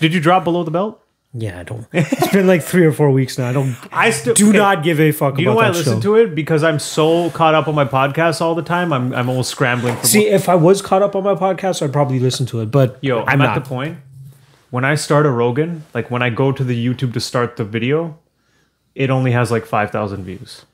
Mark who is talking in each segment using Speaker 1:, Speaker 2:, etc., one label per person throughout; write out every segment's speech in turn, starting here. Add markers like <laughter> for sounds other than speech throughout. Speaker 1: Did you drop below the belt?
Speaker 2: Yeah, I don't. It's been like three or four weeks now. I don't.
Speaker 1: I still
Speaker 2: Do
Speaker 1: okay.
Speaker 2: not give a fuck
Speaker 1: You know
Speaker 2: about
Speaker 1: why I
Speaker 2: that
Speaker 1: listen
Speaker 2: show.
Speaker 1: to it because I'm so caught up on my podcast all the time. I'm I'm almost scrambling for
Speaker 2: See, if I was caught up on my podcast, I'd probably listen to it. But
Speaker 1: Yo,
Speaker 2: I'm
Speaker 1: I'm, at
Speaker 2: not.
Speaker 1: the point when I start a Rogan, like when I go to the YouTube to start the video, it only has like five thousand views.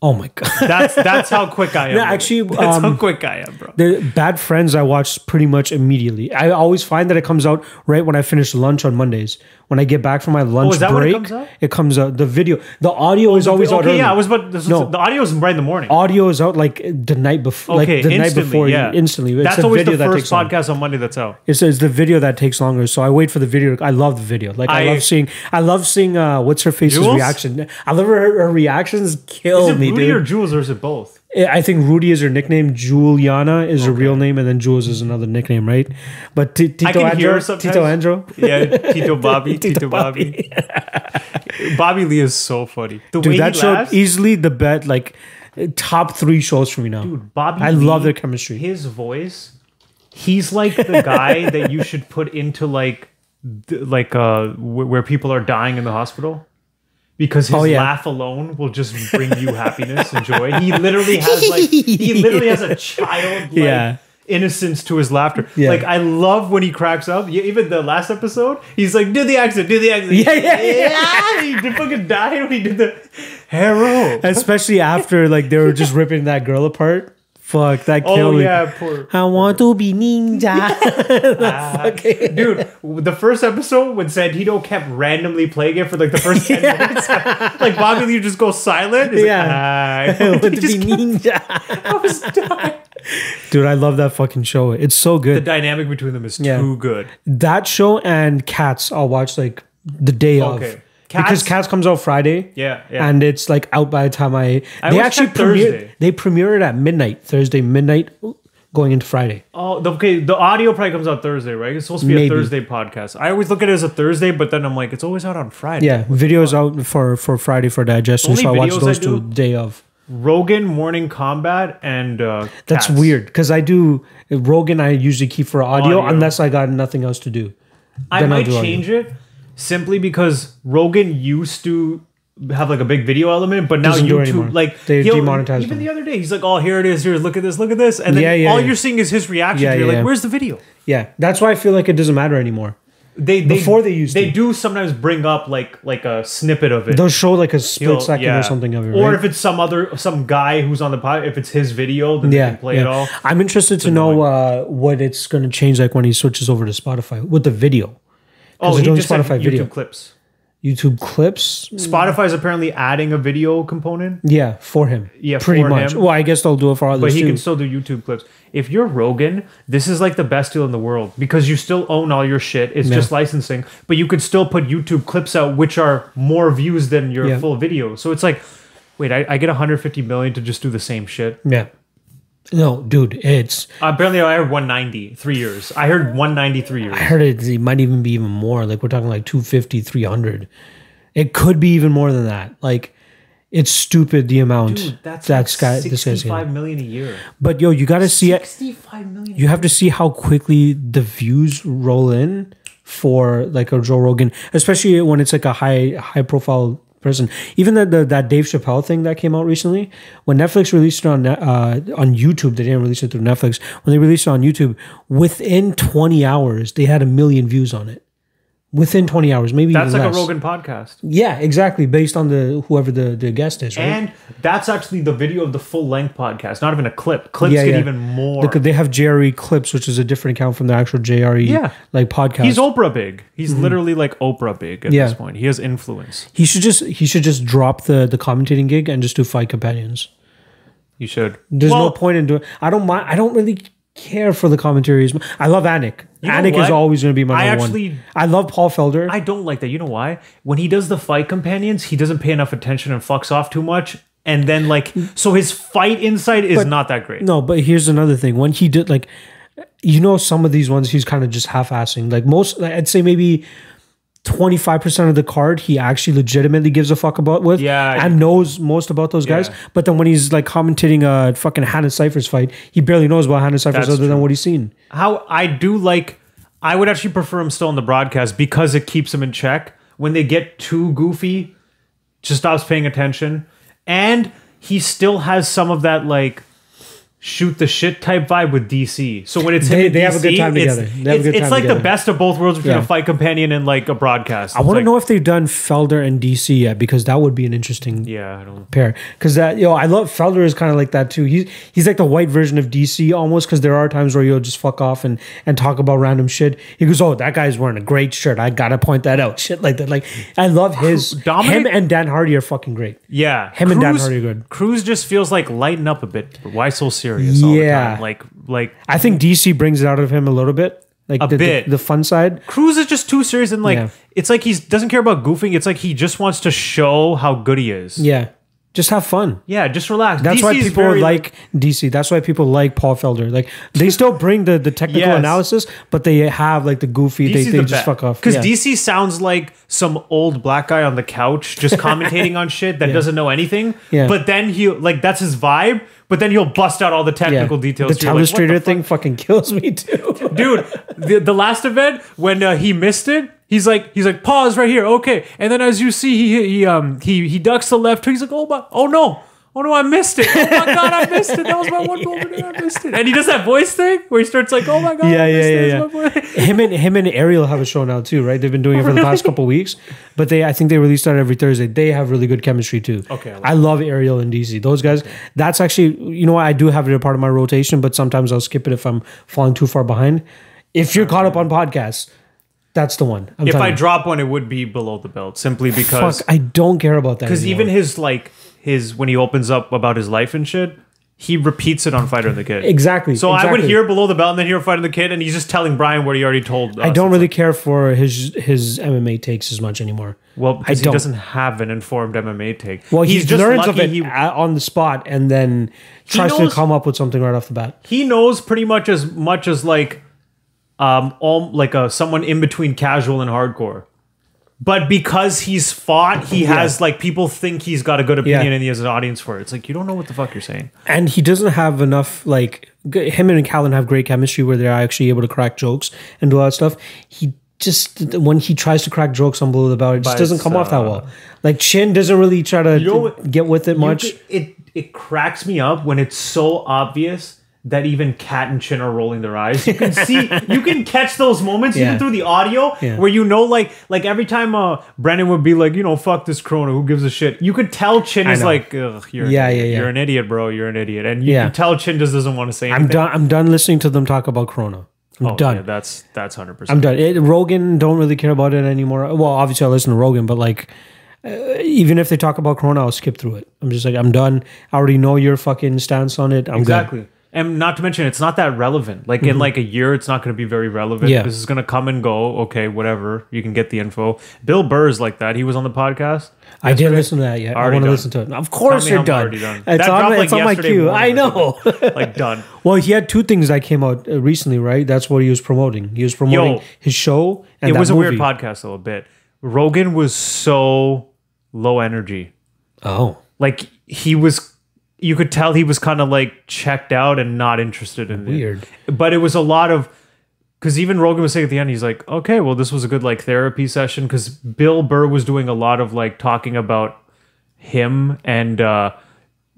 Speaker 2: oh my god, <laughs>
Speaker 1: That's that's how quick I am.
Speaker 2: No,
Speaker 1: with it.
Speaker 2: actually,
Speaker 1: <laughs> that's how
Speaker 2: um,
Speaker 1: quick I am, bro.
Speaker 2: the Bad Friends I watch pretty much immediately. I always find that it comes out right when I finish lunch on Mondays. When I get back from my lunch
Speaker 1: Oh, is that when it
Speaker 2: break,
Speaker 1: comes out? Oh,
Speaker 2: it comes out. The video, the audio is always out.
Speaker 1: okay,
Speaker 2: early.
Speaker 1: yeah, I was about this was,
Speaker 2: No.
Speaker 1: the audio's right in the morning.
Speaker 2: audio is out like the night before,
Speaker 1: okay,
Speaker 2: like the night
Speaker 1: instantly,
Speaker 2: before,
Speaker 1: yeah,
Speaker 2: you, instantly. It's
Speaker 1: that's
Speaker 2: the
Speaker 1: always
Speaker 2: video
Speaker 1: the
Speaker 2: that
Speaker 1: first
Speaker 2: takes longer.
Speaker 1: podcast on Monday that's out.
Speaker 2: It's, it's the video that takes longer, so I wait for the video. I love the video. Like I,
Speaker 1: I-
Speaker 2: love seeing, I love seeing uh, what's her face's
Speaker 1: Jules?
Speaker 2: reaction. I love her, her reactions. Kill
Speaker 1: Is it
Speaker 2: me,
Speaker 1: Rudy
Speaker 2: dude.
Speaker 1: or Jules or is it both?
Speaker 2: I think Rudy is her nickname. Juliana is her real name, and then Jules is another nickname, right? But Ti- Tito
Speaker 1: I can hear her
Speaker 2: Andro,
Speaker 1: sometimes.
Speaker 2: Tito Andro,
Speaker 1: Yeah,
Speaker 2: <laughs>
Speaker 1: Tito Bobby, Tito, Bobby. Bobby Lee is so funny. The way
Speaker 2: dude, that e-
Speaker 1: he
Speaker 2: show
Speaker 1: laughs,
Speaker 2: easily the bet like top three shows for me now.
Speaker 1: dude, Bobby.
Speaker 2: I love
Speaker 1: Lee,
Speaker 2: their
Speaker 1: <laughs>
Speaker 2: chemistry.
Speaker 1: His voice, he's like the
Speaker 2: <laughs>
Speaker 1: guy that you should put into like, th- like uh, wh- where people are dying in the hospital. Because his
Speaker 2: Oh, yeah.
Speaker 1: laugh alone will just bring you happiness and joy. He literally has like
Speaker 2: <laughs>
Speaker 1: he literally has a child
Speaker 2: Yeah.
Speaker 1: innocence to his laughter.
Speaker 2: Yeah.
Speaker 1: Like I love when he cracks up. Yeah, Even the last episode, he's like, "Do the accent, do the accent."
Speaker 2: Yeah, yeah,
Speaker 1: yeah. He did fucking died when he did the
Speaker 2: <laughs>
Speaker 1: hero.
Speaker 2: Especially after like they were just ripping that girl apart. Fuck that killed
Speaker 1: Oh
Speaker 2: me.
Speaker 1: yeah, poor
Speaker 2: I want to be ninja. <laughs>
Speaker 1: dude. The first episode when Santino kept randomly playing it for like the first ten minutes, <laughs> like Bobby Lee would just go silent. He's
Speaker 2: Yeah. <laughs>
Speaker 1: like, "Ah."
Speaker 2: I want
Speaker 1: <laughs>
Speaker 2: to
Speaker 1: He just
Speaker 2: be ninja.
Speaker 1: goes down.
Speaker 2: Dude, I love that fucking show. It's so
Speaker 1: The
Speaker 2: good.
Speaker 1: dynamic between them is
Speaker 2: Yeah.
Speaker 1: too good.
Speaker 2: that show and Cats, I'll watch like the day
Speaker 1: Okay.
Speaker 2: of. because
Speaker 1: Cats-
Speaker 2: Cats comes out Friday.
Speaker 1: Yeah, yeah.
Speaker 2: And it's like out by the time I.
Speaker 1: I
Speaker 2: they
Speaker 1: watched
Speaker 2: actually
Speaker 1: that
Speaker 2: premiere.
Speaker 1: Thursday.
Speaker 2: They premiere it at midnight, Thursday midnight, going into Friday.
Speaker 1: Oh, the, okay. The audio probably comes out Thursday, right? It's supposed to be
Speaker 2: Maybe.
Speaker 1: a Thursday podcast. I always look at it as a Thursday, but then I'm like, it's always out on Friday.
Speaker 2: Yeah, videos out for for Friday for digestion.
Speaker 1: Only
Speaker 2: So I watch
Speaker 1: videos I
Speaker 2: those two
Speaker 1: do-
Speaker 2: day of.
Speaker 1: Rogan Morning Combat and uh,
Speaker 2: That's
Speaker 1: Cats.
Speaker 2: weird because I do Rogan. I usually keep for audio,
Speaker 1: Audio.
Speaker 2: unless I got nothing else to do.
Speaker 1: I
Speaker 2: Then I'll
Speaker 1: might
Speaker 2: do audio.
Speaker 1: change it simply because Rogan used to have like a big video element, but now
Speaker 2: Doesn't do it anymore.
Speaker 1: YouTube like
Speaker 2: They
Speaker 1: he'll-
Speaker 2: demonetized
Speaker 1: Even
Speaker 2: them.
Speaker 1: the other day, he's like, "Oh, here it is. Here, look at this. Look at this." And then
Speaker 2: Yeah, yeah,
Speaker 1: all
Speaker 2: yeah.
Speaker 1: you're seeing is his reaction.
Speaker 2: Yeah,
Speaker 1: you're
Speaker 2: yeah,
Speaker 1: like,
Speaker 2: yeah.
Speaker 1: "Where's the video?"
Speaker 2: Yeah, that's why I feel like it doesn't matter anymore.
Speaker 1: They, they
Speaker 2: Before they used
Speaker 1: they
Speaker 2: to.
Speaker 1: do sometimes bring up like like a snippet of it.
Speaker 2: They'll show like a split
Speaker 1: He'll-
Speaker 2: second
Speaker 1: yeah.
Speaker 2: or something of it,
Speaker 1: Or
Speaker 2: right?
Speaker 1: if it's some other some guy who's on the pod, if it's his video, then they can play it all.
Speaker 2: I'm interested to know uh, what it's going to change like when he switches over to Spotify with the video,
Speaker 1: Oh,
Speaker 2: they're
Speaker 1: he
Speaker 2: doing
Speaker 1: just said
Speaker 2: Spotify
Speaker 1: YouTube
Speaker 2: video.
Speaker 1: clips.
Speaker 2: YouTube clips.
Speaker 1: Spotify's apparently adding a video component,
Speaker 2: Yeah, for him.
Speaker 1: Yeah,
Speaker 2: pretty
Speaker 1: for
Speaker 2: much.
Speaker 1: him.
Speaker 2: Well, I guess they'll do it for
Speaker 1: but
Speaker 2: others
Speaker 1: he
Speaker 2: too.
Speaker 1: can still do YouTube clips. If you're Rogan, this is like the best deal in the world because you still own all your shit. It's just licensing, but you could still put YouTube clips out, which are more views than your
Speaker 2: Yeah.
Speaker 1: full video. So it's like, wait, I, I get 150 million to just do the same shit.
Speaker 2: yeah. No, dude, it's.
Speaker 1: apparently, I heard 190 three years. I heard 193 years.
Speaker 2: I heard it, it might even be even more. Like we're talking like 250, 300. It could be even more than that. Like it's stupid the amount
Speaker 1: Dude, that's
Speaker 2: that's
Speaker 1: like
Speaker 2: guy this guy's getting.
Speaker 1: 65 million a year.
Speaker 2: But yo, you got to see it.
Speaker 1: 65 million.
Speaker 2: you have to see how quickly the views roll in for like a Joe Rogan, especially when it's like a high high profile person. Even the, the that Dave Chappelle thing that came out recently, when Netflix released it on Ne- uh, on YouTube, they didn't release it through Netflix. When they released it on YouTube, within 20 hours, they had a million views on it. Within 20 hours, maybe
Speaker 1: That's
Speaker 2: even
Speaker 1: like
Speaker 2: less.
Speaker 1: a Rogan podcast.
Speaker 2: Yeah, exactly. Based on the whoever the, the guest is, right?
Speaker 1: And that's actually the video of the full length podcast, not even a clip. Clips
Speaker 2: Yeah,
Speaker 1: get
Speaker 2: yeah.
Speaker 1: even more.
Speaker 2: Look, they have JRE clips, which is a different account from the actual JRE
Speaker 1: Yeah.
Speaker 2: like podcast.
Speaker 1: He's Oprah big. He's literally like Oprah big at
Speaker 2: Mm-hmm. Yeah.
Speaker 1: this point. He has influence.
Speaker 2: He should just he should just drop the the commentating gig and just do fight companions.
Speaker 1: You should.
Speaker 2: There's
Speaker 1: Well,
Speaker 2: no point in doing. I don't mind. I don't really care for the commentaries. I love Anik.
Speaker 1: know
Speaker 2: Anik is
Speaker 1: what?
Speaker 2: always going to be my
Speaker 1: I
Speaker 2: number
Speaker 1: actually-
Speaker 2: one. I love Paul Felder.
Speaker 1: I don't like that. You know why? When he does the fight companions, he doesn't pay enough attention and fucks off too much. And then like, so his fight insight is not that great.
Speaker 2: no, but here's another thing. When he did like, you know, some of these ones he's kind of just half-assing. Like most, like, I'd say maybe. 25% of the card he actually legitimately gives a fuck about with
Speaker 1: Yeah.
Speaker 2: and knows most about those guys
Speaker 1: Yeah.
Speaker 2: but then when he's like commentating a fucking Hannah Cypher's fight he barely knows about Hannah Cypher's
Speaker 1: That's
Speaker 2: other than what he's seen
Speaker 1: How I do like. I would actually prefer him still on the broadcast because it keeps him in check. When they get too goofy, just stops paying attention. And he still has some of that like shoot the shit type vibe with DC. So when it's him
Speaker 2: They-
Speaker 1: and
Speaker 2: they have a
Speaker 1: DC,
Speaker 2: good time
Speaker 1: it's-
Speaker 2: together.
Speaker 1: It's,
Speaker 2: They have a good
Speaker 1: it's
Speaker 2: time
Speaker 1: like the
Speaker 2: together.
Speaker 1: best of both worlds between
Speaker 2: Yeah.
Speaker 1: a fight companion and like a broadcast.
Speaker 2: I want to know if they've done Felder and DC yet because that would be an interesting
Speaker 1: Yeah, I don't.
Speaker 2: pair. Because that yo, I love Felder is kind of like that too. He's he's like the white version of DC almost. Because there are times where you'll just fuck off and and talk about random shit. He goes, "Oh, that guy's wearing a great shirt. I gotta point that out." <laughs> Shit like that. Like I love his
Speaker 1: <laughs> Dominic-
Speaker 2: him and Dan Hardy are fucking great.
Speaker 1: Yeah,
Speaker 2: Him and Dan Hardy are good.
Speaker 1: Cruz just feels like lighten up a bit. But why so serious? all the
Speaker 2: Yeah.
Speaker 1: time? like like
Speaker 2: I think DC brings it out of him a little bit. Like
Speaker 1: A
Speaker 2: the, the-
Speaker 1: bit.
Speaker 2: the fun side.
Speaker 1: Cruz is just too serious and like
Speaker 2: Yeah.
Speaker 1: it's like he doesn't care about goofing. It's like he just wants to show how good he is. Yeah,
Speaker 2: Yeah. Just have fun.
Speaker 1: just relax.
Speaker 2: That's
Speaker 1: DC
Speaker 2: why
Speaker 1: is
Speaker 2: people
Speaker 1: very-
Speaker 2: like DC. That's why people like Paul Felder. Like they still bring the, the
Speaker 1: <laughs>
Speaker 2: technical
Speaker 1: Yes.
Speaker 2: analysis, but they have like the goofy.
Speaker 1: DC
Speaker 2: they
Speaker 1: is
Speaker 2: they
Speaker 1: the
Speaker 2: just
Speaker 1: best.
Speaker 2: fuck off.
Speaker 1: Because
Speaker 2: Yeah.
Speaker 1: DC sounds like some old black guy on the couch just
Speaker 2: <laughs>
Speaker 1: commentating on shit that doesn't know anything.
Speaker 2: Yeah.
Speaker 1: But then he like that's his vibe. But then he'll bust out all the technical details.
Speaker 2: The
Speaker 1: You're like, what
Speaker 2: telestrator
Speaker 1: the
Speaker 2: thing fucking kills
Speaker 1: <laughs>
Speaker 2: me too.
Speaker 1: dude the, the last event when uh, he missed it he's like he's like pause right here okay and then as you see he he um he he ducks the left hook. he's like oh my oh no oh no i missed it oh my god i missed it that was my one moment and i missed it and he does that voice thing where he starts like oh my god
Speaker 2: yeah,
Speaker 1: I missed it.
Speaker 2: yeah,
Speaker 1: That's
Speaker 2: yeah,
Speaker 1: my
Speaker 2: yeah.
Speaker 1: boy."
Speaker 2: Him and him and Ariel have a show now too, right? They've been doing it for the past couple weeks, but they I think they release that every Thursday. They have really good chemistry too.
Speaker 1: Okay, I
Speaker 2: I,
Speaker 1: like
Speaker 2: love Ariel and DC. Those guys. That's actually you know what I do have it a part of my rotation, but sometimes I'll skip it if I'm falling too far behind. If you're caught up on podcasts, that's the one. I'm
Speaker 1: if
Speaker 2: telling
Speaker 1: i
Speaker 2: you.
Speaker 1: drop one it would be below the belt simply because
Speaker 2: fuck, I don't care about that.
Speaker 1: because
Speaker 2: anymore.
Speaker 1: even his like his when he opens up about his life and shit he repeats it on Fighter and the Kid.
Speaker 2: Exactly,
Speaker 1: So I would
Speaker 2: exactly.
Speaker 1: hear Below the Belt and then hear Fighter and the Kid, and he's just telling Brian what he already told.
Speaker 2: I
Speaker 1: us.
Speaker 2: don't really care for his his MMA takes as much anymore.
Speaker 1: Well,
Speaker 2: I
Speaker 1: because he
Speaker 2: don't.
Speaker 1: doesn't have an informed MMA take.
Speaker 2: Well, he learns of it
Speaker 1: He,
Speaker 2: a- on the spot and then tries
Speaker 1: knows-
Speaker 2: to come up with something right off the bat.
Speaker 1: he knows pretty much as much as like, um, all like a someone in between casual and hardcore. But because he's fought, he has like people think he's got a good opinion
Speaker 2: Yeah.
Speaker 1: and he has an audience for it. It's like you don't know what the fuck you're saying.
Speaker 2: And he doesn't have enough, like, g- him and Callan have great chemistry where they're actually able to crack jokes and do all that stuff. He just, when he tries to crack jokes on Below the Belt, it just
Speaker 1: But
Speaker 2: doesn't
Speaker 1: it's,
Speaker 2: come off that
Speaker 1: uh,
Speaker 2: well. Like, Chin doesn't really try to
Speaker 1: know what-
Speaker 2: get with it much.
Speaker 1: You- It it cracks me up when it's so obvious that even Cat and Chin are rolling their eyes. You can
Speaker 2: <laughs>
Speaker 1: see, you can catch those moments even
Speaker 2: Yeah.
Speaker 1: through the audio
Speaker 2: Yeah.
Speaker 1: where you know, like, like every time uh, Brendan would be like, you know, fuck this Corona, who gives a shit? You could tell Chin is
Speaker 2: know.
Speaker 1: like, Ugh, you're an
Speaker 2: Yeah,
Speaker 1: idiot.
Speaker 2: yeah, yeah.
Speaker 1: You're an idiot, bro. You're an idiot, and you
Speaker 2: Yeah.
Speaker 1: can tell Chin just doesn't want to say
Speaker 2: I'm
Speaker 1: anything.
Speaker 2: done. I'm done listening to them talk about Corona. I'm
Speaker 1: Oh,
Speaker 2: done.
Speaker 1: yeah, that's that's hundred
Speaker 2: I'm
Speaker 1: percent.
Speaker 2: done. It, Rogan don't really care about it anymore. Well, obviously I listen to Rogan, but like uh, even if they talk about Corona, I'll skip through it. I'm just like I'm done. I already know your fucking stance on it. I'm
Speaker 1: Exactly. And not to mention, it's not that relevant. Like in like a year, it's not going to be very relevant.
Speaker 2: Mm-hmm. Yeah.
Speaker 1: This is going to come and go. Okay, whatever. You can get the info. Bill Burr's like that. He was on the podcast.
Speaker 2: good. I didn't listen to that yet. I
Speaker 1: Already
Speaker 2: want to
Speaker 1: done.
Speaker 2: listen to it. Of course
Speaker 1: me
Speaker 2: you're
Speaker 1: I'm
Speaker 2: done.
Speaker 1: already done.
Speaker 2: It's
Speaker 1: That
Speaker 2: on,
Speaker 1: dropped, like,
Speaker 2: it's on my
Speaker 1: yesterday
Speaker 2: queue.
Speaker 1: morning.
Speaker 2: I know.
Speaker 1: Like <laughs> done.
Speaker 2: <laughs> well, he had two things that came out uh, recently, right? That's what he was promoting. He was promoting
Speaker 1: Yo.
Speaker 2: his show. And
Speaker 1: it
Speaker 2: that
Speaker 1: was a weird
Speaker 2: movie.
Speaker 1: podcast though, a bit. Rogan was so low energy.
Speaker 2: Oh,
Speaker 1: Like he was you could tell he was kind of like checked out and not interested in
Speaker 2: Weird.
Speaker 1: It. But it was a lot of because even Rogan was saying at the end, he's like, okay, well, this was a good like therapy session because Bill Burr was doing a lot of like talking about him and uh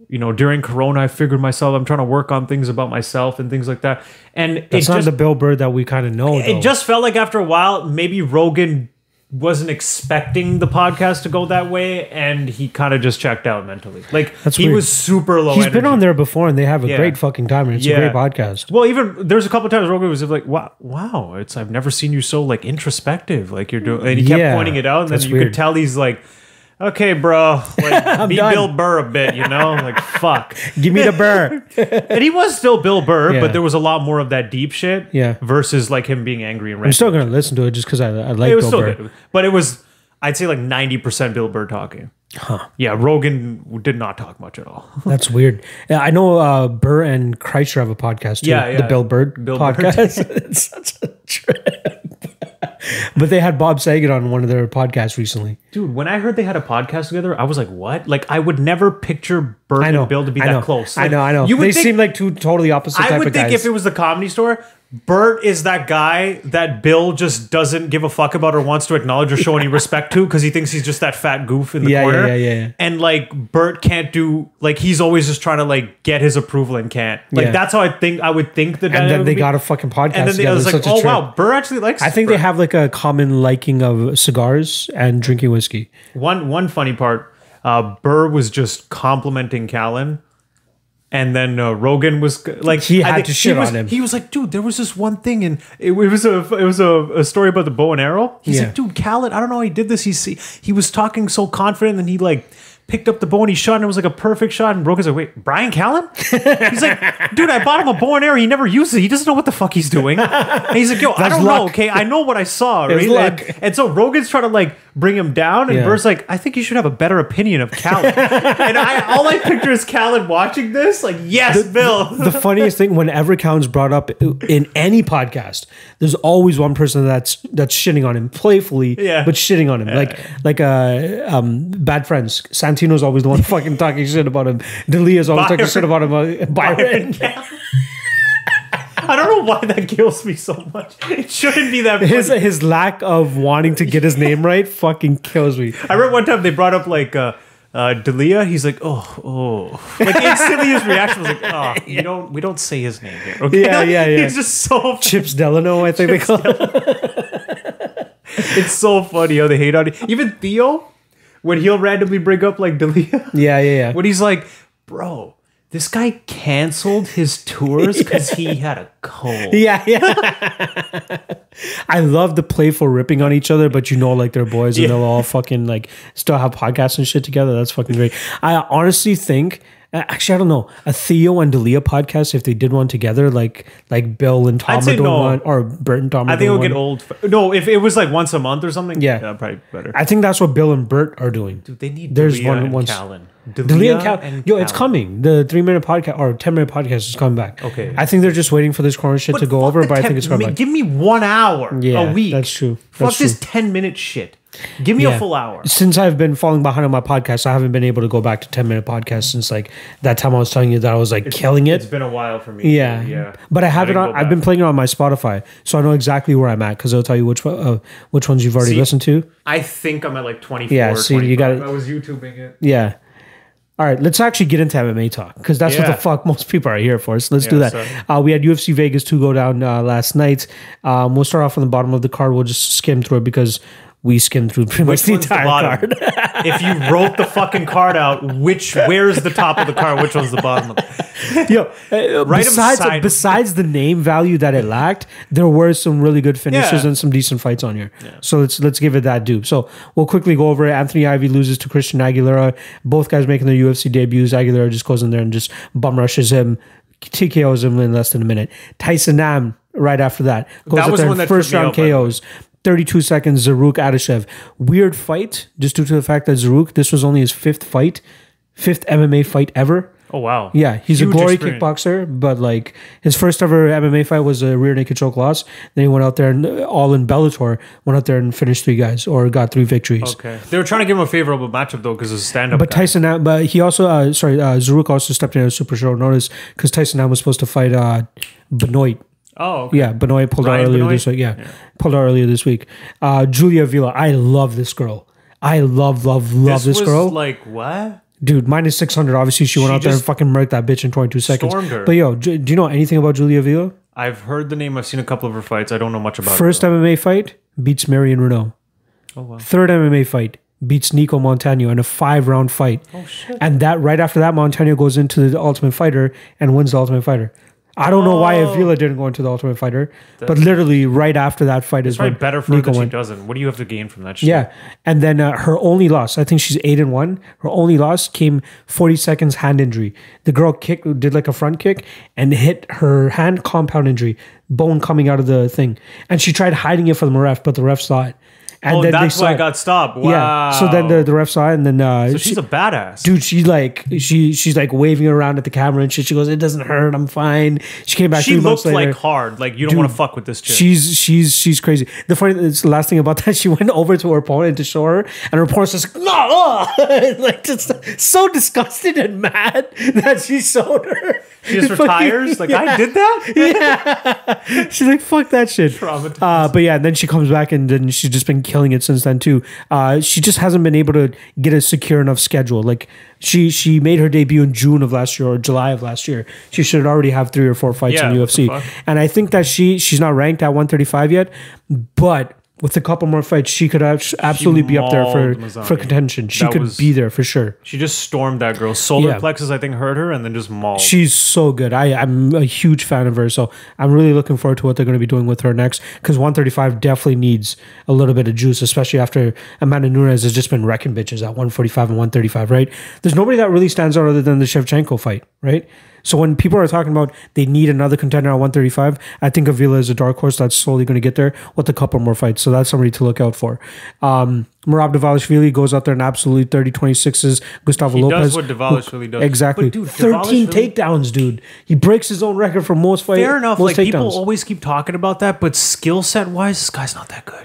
Speaker 1: you know during Corona, I figured myself I'm trying to work on things about myself and things like that. And
Speaker 2: it's not the Bill Bird that we kind of know. though.
Speaker 1: it just felt like after a while, maybe Rogan wasn't expecting the podcast to go that way, and he kind of just checked out mentally. Like
Speaker 2: That's
Speaker 1: he
Speaker 2: weird.
Speaker 1: was super low. Oh,
Speaker 2: He's
Speaker 1: energy.
Speaker 2: been on there before, and they have a
Speaker 1: Yeah.
Speaker 2: great fucking time. And it's
Speaker 1: Yeah.
Speaker 2: a great podcast.
Speaker 1: Well, even there's a couple times Rogan was like, "Wow, wow, it's I've never seen you so like introspective. Like you're doing." And he kept
Speaker 2: Yeah,
Speaker 1: pointing it out, and
Speaker 2: that's
Speaker 1: then you
Speaker 2: weird.
Speaker 1: could tell he's like. Okay,
Speaker 2: <laughs>
Speaker 1: bro. Like, be Bill Burr a bit, you know? Like, fuck.
Speaker 2: Give me
Speaker 1: <laughs>
Speaker 2: the burr.
Speaker 1: And he was still Bill Burr,
Speaker 2: Yeah.
Speaker 1: but there was a lot more of that deep shit.
Speaker 2: Yeah.
Speaker 1: Versus like him being angry and
Speaker 2: I'm
Speaker 1: ranting.
Speaker 2: still gonna listen to it just because I, I like
Speaker 1: it was
Speaker 2: Bill
Speaker 1: still
Speaker 2: Burr.
Speaker 1: good, but it was I'd say like ninety percent Bill Burr talking. Huh. Yeah, Rogan did not talk much at all.
Speaker 2: That's weird. Yeah, I know uh, Burr and Kreischer have a podcast too.
Speaker 1: Yeah, yeah.
Speaker 2: the Bill Bird
Speaker 1: Bill Burr.
Speaker 2: podcast. <laughs> it's such a trip. but they had Bob Saget on one of their podcasts recently.
Speaker 1: Dude, when I heard they had a podcast together, I was like, what? Like I would never picture Burr
Speaker 2: I know
Speaker 1: and Bill to be
Speaker 2: I
Speaker 1: that
Speaker 2: know,
Speaker 1: close.
Speaker 2: I
Speaker 1: Like,
Speaker 2: know. I know.
Speaker 1: You would
Speaker 2: they
Speaker 1: think,
Speaker 2: seem like two totally opposite.
Speaker 1: I
Speaker 2: type
Speaker 1: would
Speaker 2: of
Speaker 1: think
Speaker 2: guys.
Speaker 1: if it was the comedy store, Bert is that guy that Bill just doesn't give a fuck about or wants to acknowledge or show
Speaker 2: <laughs>
Speaker 1: any respect to because he thinks he's just that fat goof in the
Speaker 2: Yeah, yeah,
Speaker 1: corner.
Speaker 2: yeah, yeah, yeah.
Speaker 1: And like Bert can't do like he's always just trying to like get his approval and can't. Like
Speaker 2: Yeah.
Speaker 1: that's how I think I would think the
Speaker 2: and then they got
Speaker 1: a
Speaker 2: a fucking podcast
Speaker 1: and then they, I
Speaker 2: together.
Speaker 1: was
Speaker 2: It's
Speaker 1: like,
Speaker 2: such a
Speaker 1: oh
Speaker 2: trip.
Speaker 1: wow, Bert actually likes.
Speaker 2: I think
Speaker 1: Bert.
Speaker 2: they have like a common liking of cigars and drinking whiskey.
Speaker 1: One one funny part, uh, Burr was just complimenting Callan, and then uh, Rogan was c- like
Speaker 2: He
Speaker 1: I
Speaker 2: had
Speaker 1: think
Speaker 2: to shit
Speaker 1: was,
Speaker 2: on him.
Speaker 1: He was like, dude, there was this one thing, and it, it was a it was a, a story about the bow and arrow. He's
Speaker 2: Yeah.
Speaker 1: like, dude, Callan, I don't know how he did this. He see he was talking so confident, and he like. Picked up the bow and he shot, and it was like a perfect shot. And Rogan's like, "Wait, Brian Callen?" He's
Speaker 2: <laughs>
Speaker 1: like, "Dude, I bought him a bow and arrow. He never used it. He doesn't know what the fuck he's doing." And he's like, "Yo, I don't know.
Speaker 2: luck.
Speaker 1: Okay, I know what I
Speaker 2: <laughs>
Speaker 1: saw.
Speaker 2: was
Speaker 1: Right?
Speaker 2: luck.
Speaker 1: And, and so Rogan's trying to like bring him down, and
Speaker 2: Yeah.
Speaker 1: Burr's like, I think you should have a better opinion of
Speaker 2: <laughs>
Speaker 1: Callan. and I, all I picture is Callan watching this, like, yes, Bill.
Speaker 2: The funniest thing, whenever Cowan's brought up in any podcast, there's always one person that's that's shitting on him playfully,
Speaker 1: Yeah.
Speaker 2: but shitting on him like like uh, um, bad friends. Santino's always the one <laughs> fucking talking shit about him. Delia's always talking
Speaker 1: Byron.
Speaker 2: shit about him. Uh, <laughs> Byron,
Speaker 1: I don't know why that kills me so much. It shouldn't be that.
Speaker 2: his
Speaker 1: funny.
Speaker 2: his lack of wanting to get his name right fucking kills <laughs> me.
Speaker 1: I remember one time they brought up like. Uh, uh, Dalia, he's like, oh, oh, like instantly his reaction was
Speaker 2: <laughs>
Speaker 1: like, oh, you don't, we don't say his name here, okay?
Speaker 2: Yeah, yeah, yeah.
Speaker 1: He's just so
Speaker 2: Chips Delano, I think they call. Him.
Speaker 1: It's so funny how they hate on it. Even Theo, when he'll randomly bring up like Dalia,
Speaker 2: Yeah, yeah, yeah.
Speaker 1: when he's like, bro, this guy canceled his
Speaker 2: <laughs>
Speaker 1: tours because he had a cold.
Speaker 2: Yeah, yeah. <laughs> I love the playful ripping on each other, but you know, like they're boys and they'll all fucking like still have podcasts and shit together. That's fucking great. I honestly think, uh, actually, I don't know, a Theo and Dalia podcast if they did one together, like like Bill and Tom
Speaker 1: I'd say
Speaker 2: are doing
Speaker 1: no.
Speaker 2: one or Bert and Tom.
Speaker 1: I
Speaker 2: are
Speaker 1: think
Speaker 2: doing
Speaker 1: it'll get
Speaker 2: one.
Speaker 1: old. f- No, if it was like once a month or something,
Speaker 2: Yeah.
Speaker 1: that'd probably be better.
Speaker 2: I think that's what Bill and Bert are doing.
Speaker 1: Dude, they need
Speaker 2: There's
Speaker 1: Dalia
Speaker 2: one
Speaker 1: and
Speaker 2: once-
Speaker 1: Callan.
Speaker 2: Dalia and Cal, yo,
Speaker 1: Callan.
Speaker 2: it's coming. The three minute podcast or ten minute podcast is coming back.
Speaker 1: Okay.
Speaker 2: I think they're just waiting for this corner shit to
Speaker 1: But
Speaker 2: go
Speaker 1: fuck
Speaker 2: over,
Speaker 1: the
Speaker 2: but I
Speaker 1: 10
Speaker 2: think it's coming
Speaker 1: mi-
Speaker 2: back.
Speaker 1: Give me one hour
Speaker 2: Yeah,
Speaker 1: a week.
Speaker 2: that's true.
Speaker 1: Fuck
Speaker 2: That's
Speaker 1: this ten minute shit. Give me a
Speaker 2: Yeah.
Speaker 1: full hour.
Speaker 2: Since I've been falling behind on my podcast, I haven't been able to go back to 10 minute podcasts since like that time I was telling you that I was like killing
Speaker 1: It's
Speaker 2: it.
Speaker 1: been a while for me.
Speaker 2: Yeah.
Speaker 1: yeah.
Speaker 2: But I have
Speaker 1: I
Speaker 2: it
Speaker 1: didn't
Speaker 2: on,
Speaker 1: go
Speaker 2: I've been
Speaker 1: back.
Speaker 2: playing it on my Spotify. So I know exactly where I'm at because it'll tell you which, one- uh, which ones you've already
Speaker 1: See-
Speaker 2: listened to.
Speaker 1: I think I'm at like 24.
Speaker 2: Yeah, see, you
Speaker 1: 25.
Speaker 2: gotta-
Speaker 1: I was YouTubing it.
Speaker 2: Yeah. All right, let's actually get into MMA talk because that's what
Speaker 1: Yeah.
Speaker 2: the fuck most people are here for. So let's do
Speaker 1: Yeah,
Speaker 2: that.
Speaker 1: so-
Speaker 2: Uh, we had UFC Vegas 2 go down uh, last night. Um, we'll start off on the bottom of the card. We'll just skim through it because we skimmed through pretty much the
Speaker 1: one's the
Speaker 2: entire
Speaker 1: bottom?
Speaker 2: card.
Speaker 1: <laughs> if you wrote the fucking card out, which where's the top of the card? Which one's the bottom? Of the,
Speaker 2: Yo,
Speaker 1: <laughs>
Speaker 2: uh,
Speaker 1: Right
Speaker 2: besides
Speaker 1: beside-
Speaker 2: besides the name value that it lacked, there were some really good finishes
Speaker 1: Yeah.
Speaker 2: and some decent fights on here. So let's let's give it that due. So we'll quickly go over it. Anthony Ivy loses to Christian Aguilera. Both guys making their UFC debuts. Aguilera just goes in there and just bum rushes him, TKOs him in less than a minute. Tyson Nam right after that goes
Speaker 1: That
Speaker 2: up
Speaker 1: was
Speaker 2: there
Speaker 1: the one
Speaker 2: and
Speaker 1: that
Speaker 2: first
Speaker 1: tripped me
Speaker 2: round
Speaker 1: out, by the
Speaker 2: KOs. 32 seconds, Zaruk Adeshev. Weird fight, just due to the fact that Zaruk, this was only his fifth fight, fifth MMA fight ever.
Speaker 1: oh wow.
Speaker 2: Yeah, he's
Speaker 1: Huge
Speaker 2: a glory
Speaker 1: experience.
Speaker 2: kickboxer, but like his first ever MMA fight was a rear naked choke loss. Then he went out there and uh, all in Bellator went out there and finished three guys or got three victories.
Speaker 1: Okay. They were trying to give him a favorable matchup though, because it's stand up.
Speaker 2: But Tyson, Nam- but he also uh, sorry, uh, Zaruk also stepped in at a super short notice because Tyson Nam was supposed to fight uh, Benoit.
Speaker 1: oh okay.
Speaker 2: Yeah, Benoit pulled
Speaker 1: Ryan
Speaker 2: out earlier
Speaker 1: Benoit?
Speaker 2: this week. Yeah, pulled out earlier this week. Uh, Julia Vila, I love this girl. I love, love, love
Speaker 1: this,
Speaker 2: this,
Speaker 1: was
Speaker 2: girl.
Speaker 1: like what?
Speaker 2: Dude, minus 600. Obviously, she went
Speaker 1: She
Speaker 2: out there and
Speaker 1: just
Speaker 2: fucking murked that bitch in 22 seconds.
Speaker 1: stormed her.
Speaker 2: But yo, Ju- do you know anything about Julia Vila?
Speaker 1: I've heard the name. I've seen a couple of her fights. I don't know much about.
Speaker 2: First MMA fight beats Marion Renault.
Speaker 1: Oh, wow.
Speaker 2: Third MMA fight beats Nico Montano in a five round fight. Oh shit! And that right after that, Montano goes into the Ultimate Fighter and wins the Ultimate Fighter. I don't know why
Speaker 1: Oh.
Speaker 2: Avila didn't go into the Ultimate Fighter, but literally right after that fight is
Speaker 1: Her.
Speaker 2: when
Speaker 1: Probably better for
Speaker 2: Nico
Speaker 1: her that she
Speaker 2: went.
Speaker 1: doesn't. What do you have to gain from that? Shit?
Speaker 2: Yeah, and then uh, her only loss. I think she's eight and one. Her only loss came forty seconds hand injury. The girl kick did like a front kick and hit her hand compound injury, bone coming out of the thing, and she tried hiding it from the ref, but the ref saw it. And
Speaker 1: Oh,
Speaker 2: then they
Speaker 1: that's
Speaker 2: saw
Speaker 1: why I
Speaker 2: it.
Speaker 1: got stopped. Wow.
Speaker 2: Yeah. So then the, the ref saw it, and then uh,
Speaker 1: So
Speaker 2: she-
Speaker 1: she's a badass.
Speaker 2: dude, she like she she's like waving around at the camera and shit. She goes, "It doesn't hurt. I'm fine." She came back.
Speaker 1: she
Speaker 2: three months
Speaker 1: looked
Speaker 2: later.
Speaker 1: like hard. Like you don't want to fuck with this chick.
Speaker 2: She's she's she's crazy. The funny it's the last thing about <laughs> that, she went over to her opponent to show her, and her opponent's just no, <laughs> <laughs> like just so disgusted and mad that she showed her.
Speaker 1: She
Speaker 2: <laughs>
Speaker 1: just retires. Like I did that.
Speaker 2: She's like, fuck that shit.
Speaker 1: Traumatized.
Speaker 2: Uh, but yeah, then she comes back and then she's just been killing it since then too. Uh, she just hasn't been able to get a secure enough schedule. Like she she made her debut in June of last year or July of last year. She should already have three or four fights
Speaker 1: Yeah,
Speaker 2: in
Speaker 1: what the
Speaker 2: UFC.
Speaker 1: fuck?
Speaker 2: And I think that she she's not ranked at 135 yet, but with a couple more fights, she could abs- absolutely be up there for
Speaker 1: mauled Mazzani.
Speaker 2: for contention. She
Speaker 1: That
Speaker 2: could
Speaker 1: was-
Speaker 2: be there for sure.
Speaker 1: She just stormed that girl. Solar
Speaker 2: Yeah.
Speaker 1: plexus, I think, hurt her, and then just mauled.
Speaker 2: She's so good. I, I'm a huge fan of her. So I'm really looking forward to what they're going to be doing with her next because 135 definitely needs a little bit of juice, especially after Amanda Nunes has just been wrecking bitches at 145 and 135, right? There's nobody that really stands out other than the Shevchenko fight, right? So when people are talking about they need another contender at 135, I think Avila is a dark horse that's slowly going to get there with a couple more fights. So that's somebody to look out for. Um, Marab Davalishvili goes out there and absolutely 30 26s. Gustavo
Speaker 1: he
Speaker 2: Lopez.
Speaker 1: does what Davalishvili does.
Speaker 2: Exactly.
Speaker 1: But dude,
Speaker 2: 13
Speaker 1: Davalishvili-
Speaker 2: takedowns, dude. He breaks his own record for most fights.
Speaker 1: Fair enough.
Speaker 2: Most
Speaker 1: Like people
Speaker 2: takedowns.
Speaker 1: always keep talking about that, but skill set wise, this guy's not that good.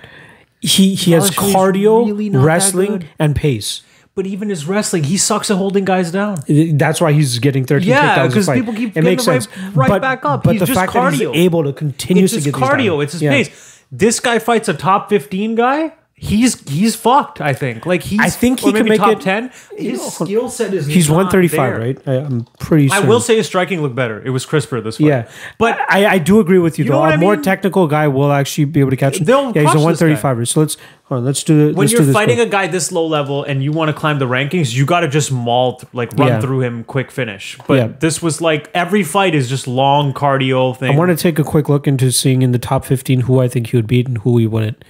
Speaker 2: he he has
Speaker 1: Davalishvili's
Speaker 2: cardio,
Speaker 1: really not that
Speaker 2: wrestling,
Speaker 1: good.
Speaker 2: and pace.
Speaker 1: But even his wrestling, he sucks at holding guys down.
Speaker 2: That's why he's getting 13
Speaker 1: Yeah,
Speaker 2: takedowns. a
Speaker 1: 'cause
Speaker 2: fight.
Speaker 1: people keep
Speaker 2: it
Speaker 1: getting
Speaker 2: makes
Speaker 1: right-
Speaker 2: sense.
Speaker 1: right
Speaker 2: but,
Speaker 1: back up.
Speaker 2: But
Speaker 1: He's
Speaker 2: the
Speaker 1: just
Speaker 2: fact that
Speaker 1: cardio.
Speaker 2: he's able to continue
Speaker 1: It's
Speaker 2: to
Speaker 1: his
Speaker 2: get these down.
Speaker 1: cardio. It's his
Speaker 2: Yeah.
Speaker 1: pace. This guy fights a top fifteen guy. He's he's fucked. I think. Like he's.
Speaker 2: I think he
Speaker 1: or
Speaker 2: can
Speaker 1: maybe
Speaker 2: make
Speaker 1: top
Speaker 2: it-
Speaker 1: ten. His skill set is.
Speaker 2: He's
Speaker 1: not
Speaker 2: 135,
Speaker 1: there.
Speaker 2: right? I, I'm pretty
Speaker 1: I
Speaker 2: certain.
Speaker 1: will say his striking looked better. It was crisper this fight.
Speaker 2: Yeah,
Speaker 1: but
Speaker 2: but I, I do agree with you,
Speaker 1: know
Speaker 2: though.
Speaker 1: what
Speaker 2: A
Speaker 1: I
Speaker 2: more
Speaker 1: mean?
Speaker 2: technical guy will actually be able to catch him.
Speaker 1: They'll
Speaker 2: Yeah, he's a
Speaker 1: crush this guy.
Speaker 2: 135er. So let's hold on, let's do the
Speaker 1: when
Speaker 2: let's do
Speaker 1: you're
Speaker 2: this
Speaker 1: fighting
Speaker 2: quick.
Speaker 1: a guy this low level and you want to climb the rankings, you got to just maul, th- like run
Speaker 2: Yeah.
Speaker 1: through him, quick finish. But
Speaker 2: Yeah.
Speaker 1: this was like every fight is just long cardio thing.
Speaker 2: I want to take a quick look into seeing in the top 15 who I think he would beat and who he wouldn't.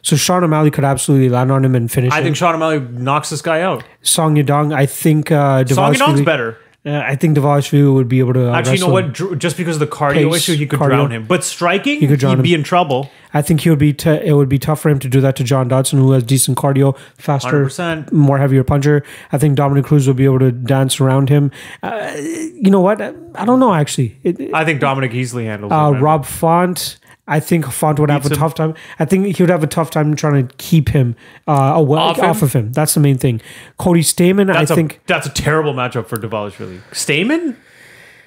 Speaker 2: So Sean O'Malley could absolutely land on him and finish
Speaker 1: I
Speaker 2: him.
Speaker 1: think Sean O'Malley knocks this guy out.
Speaker 2: Song Yadong, I think uh,
Speaker 1: Song Yadong's
Speaker 2: Davalishvili-
Speaker 1: better.
Speaker 2: Uh, I think Davalishvili would be able to uh,
Speaker 1: Actually, you know
Speaker 2: wrestle him.
Speaker 1: what? Dr- Just because of the cardio
Speaker 2: Pace,
Speaker 1: issue, he could
Speaker 2: cardio.
Speaker 1: drown him. But striking, he
Speaker 2: could drown
Speaker 1: would
Speaker 2: him.
Speaker 1: be in trouble.
Speaker 2: I think he would be. T- it would be tough for him to do that to John Dodson, who has decent cardio, faster,
Speaker 1: 100%.
Speaker 2: more heavier puncher. I think Dominic Cruz will be able to dance around him. Uh, you know what? I, I don't know actually. It,
Speaker 1: I think Dominic easily handles
Speaker 2: uh,
Speaker 1: him. man.
Speaker 2: Rob Font. I think Font would have a
Speaker 1: him.
Speaker 2: tough time. I think he would have a tough time trying to keep him uh, away
Speaker 1: Off
Speaker 2: off,
Speaker 1: him?
Speaker 2: of him. That's the main thing. Cody Stamen,
Speaker 1: that's
Speaker 2: I
Speaker 1: a,
Speaker 2: think
Speaker 1: that's a terrible matchup for Davalishvili. Stamen,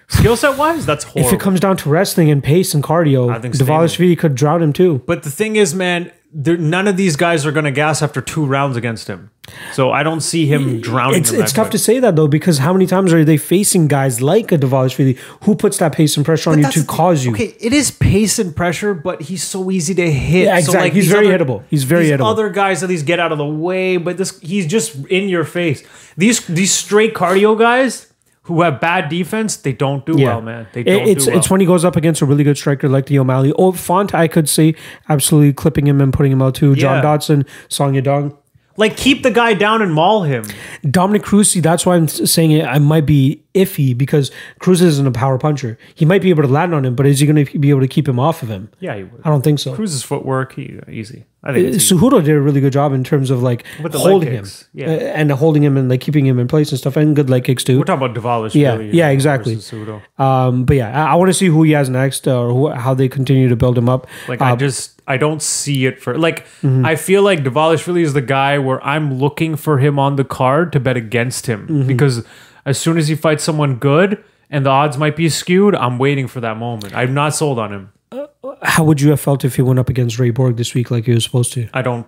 Speaker 1: skill set wise, that's horrible.
Speaker 2: <sighs> if it comes down to wrestling and pace and cardio,
Speaker 1: I think
Speaker 2: Davalishvili could drown him too.
Speaker 1: But the thing is, man, there, none of these guys are going to gas after two rounds against him. So I don't see him drowning.
Speaker 2: It's
Speaker 1: them
Speaker 2: it's
Speaker 1: that
Speaker 2: tough
Speaker 1: quick.
Speaker 2: to say that though because how many times are they facing guys like a Davalishvili who puts that pace and pressure on you
Speaker 1: That's
Speaker 2: to
Speaker 1: the-
Speaker 2: cause you?
Speaker 1: Okay, it is pace and pressure, but he's so easy to hit.
Speaker 2: Yeah,
Speaker 1: So
Speaker 2: exactly.
Speaker 1: like
Speaker 2: He's
Speaker 1: these
Speaker 2: very
Speaker 1: other-
Speaker 2: hittable. He's very
Speaker 1: these
Speaker 2: hittable.
Speaker 1: Other guys at least get out of the way, but this he's just in your face. These these straight cardio guys who have bad defense, they don't do well, man. They
Speaker 2: It-
Speaker 1: don't
Speaker 2: it's
Speaker 1: do well.
Speaker 2: it's when he goes up against a really good striker like the O'Malley. Oh, Font, I could see absolutely clipping him and putting him out too.
Speaker 1: Yeah.
Speaker 2: John Dodson, Song Yadong.
Speaker 1: like keep the guy down and maul him.
Speaker 2: Dominic Cruz, see, that's why I'm s- saying it, I might be iffy because Cruz isn't a power puncher. He might be able to land on him, but is he going to be able to keep him off of him?
Speaker 1: Yeah, he would.
Speaker 2: I don't think so.
Speaker 1: Cruz's footwork, he, easy. I think it's easy.
Speaker 2: Cejudo did a really good job in terms of like
Speaker 1: With the leg
Speaker 2: holding him
Speaker 1: kicks,
Speaker 2: yeah.
Speaker 1: yeah.
Speaker 2: and holding him and like keeping him in place and stuff, and good leg kicks too.
Speaker 1: we're talking about uh, Davalish.
Speaker 2: Yeah, yeah, exactly. Um, but yeah, I, I want to see who he has next or who, how they continue to build him up.
Speaker 1: Like
Speaker 2: Uh, Mm-hmm.
Speaker 1: I just I don't see it for like I feel like Davalish really is the guy where I'm looking for him on the card to bet against him
Speaker 2: Mm-hmm.
Speaker 1: because as soon as he fights someone good and the odds might be skewed, I'm waiting for that moment. I'm not sold on him.
Speaker 2: how would you have felt if he went up against Ray Borg this week like he was supposed to?
Speaker 1: I don't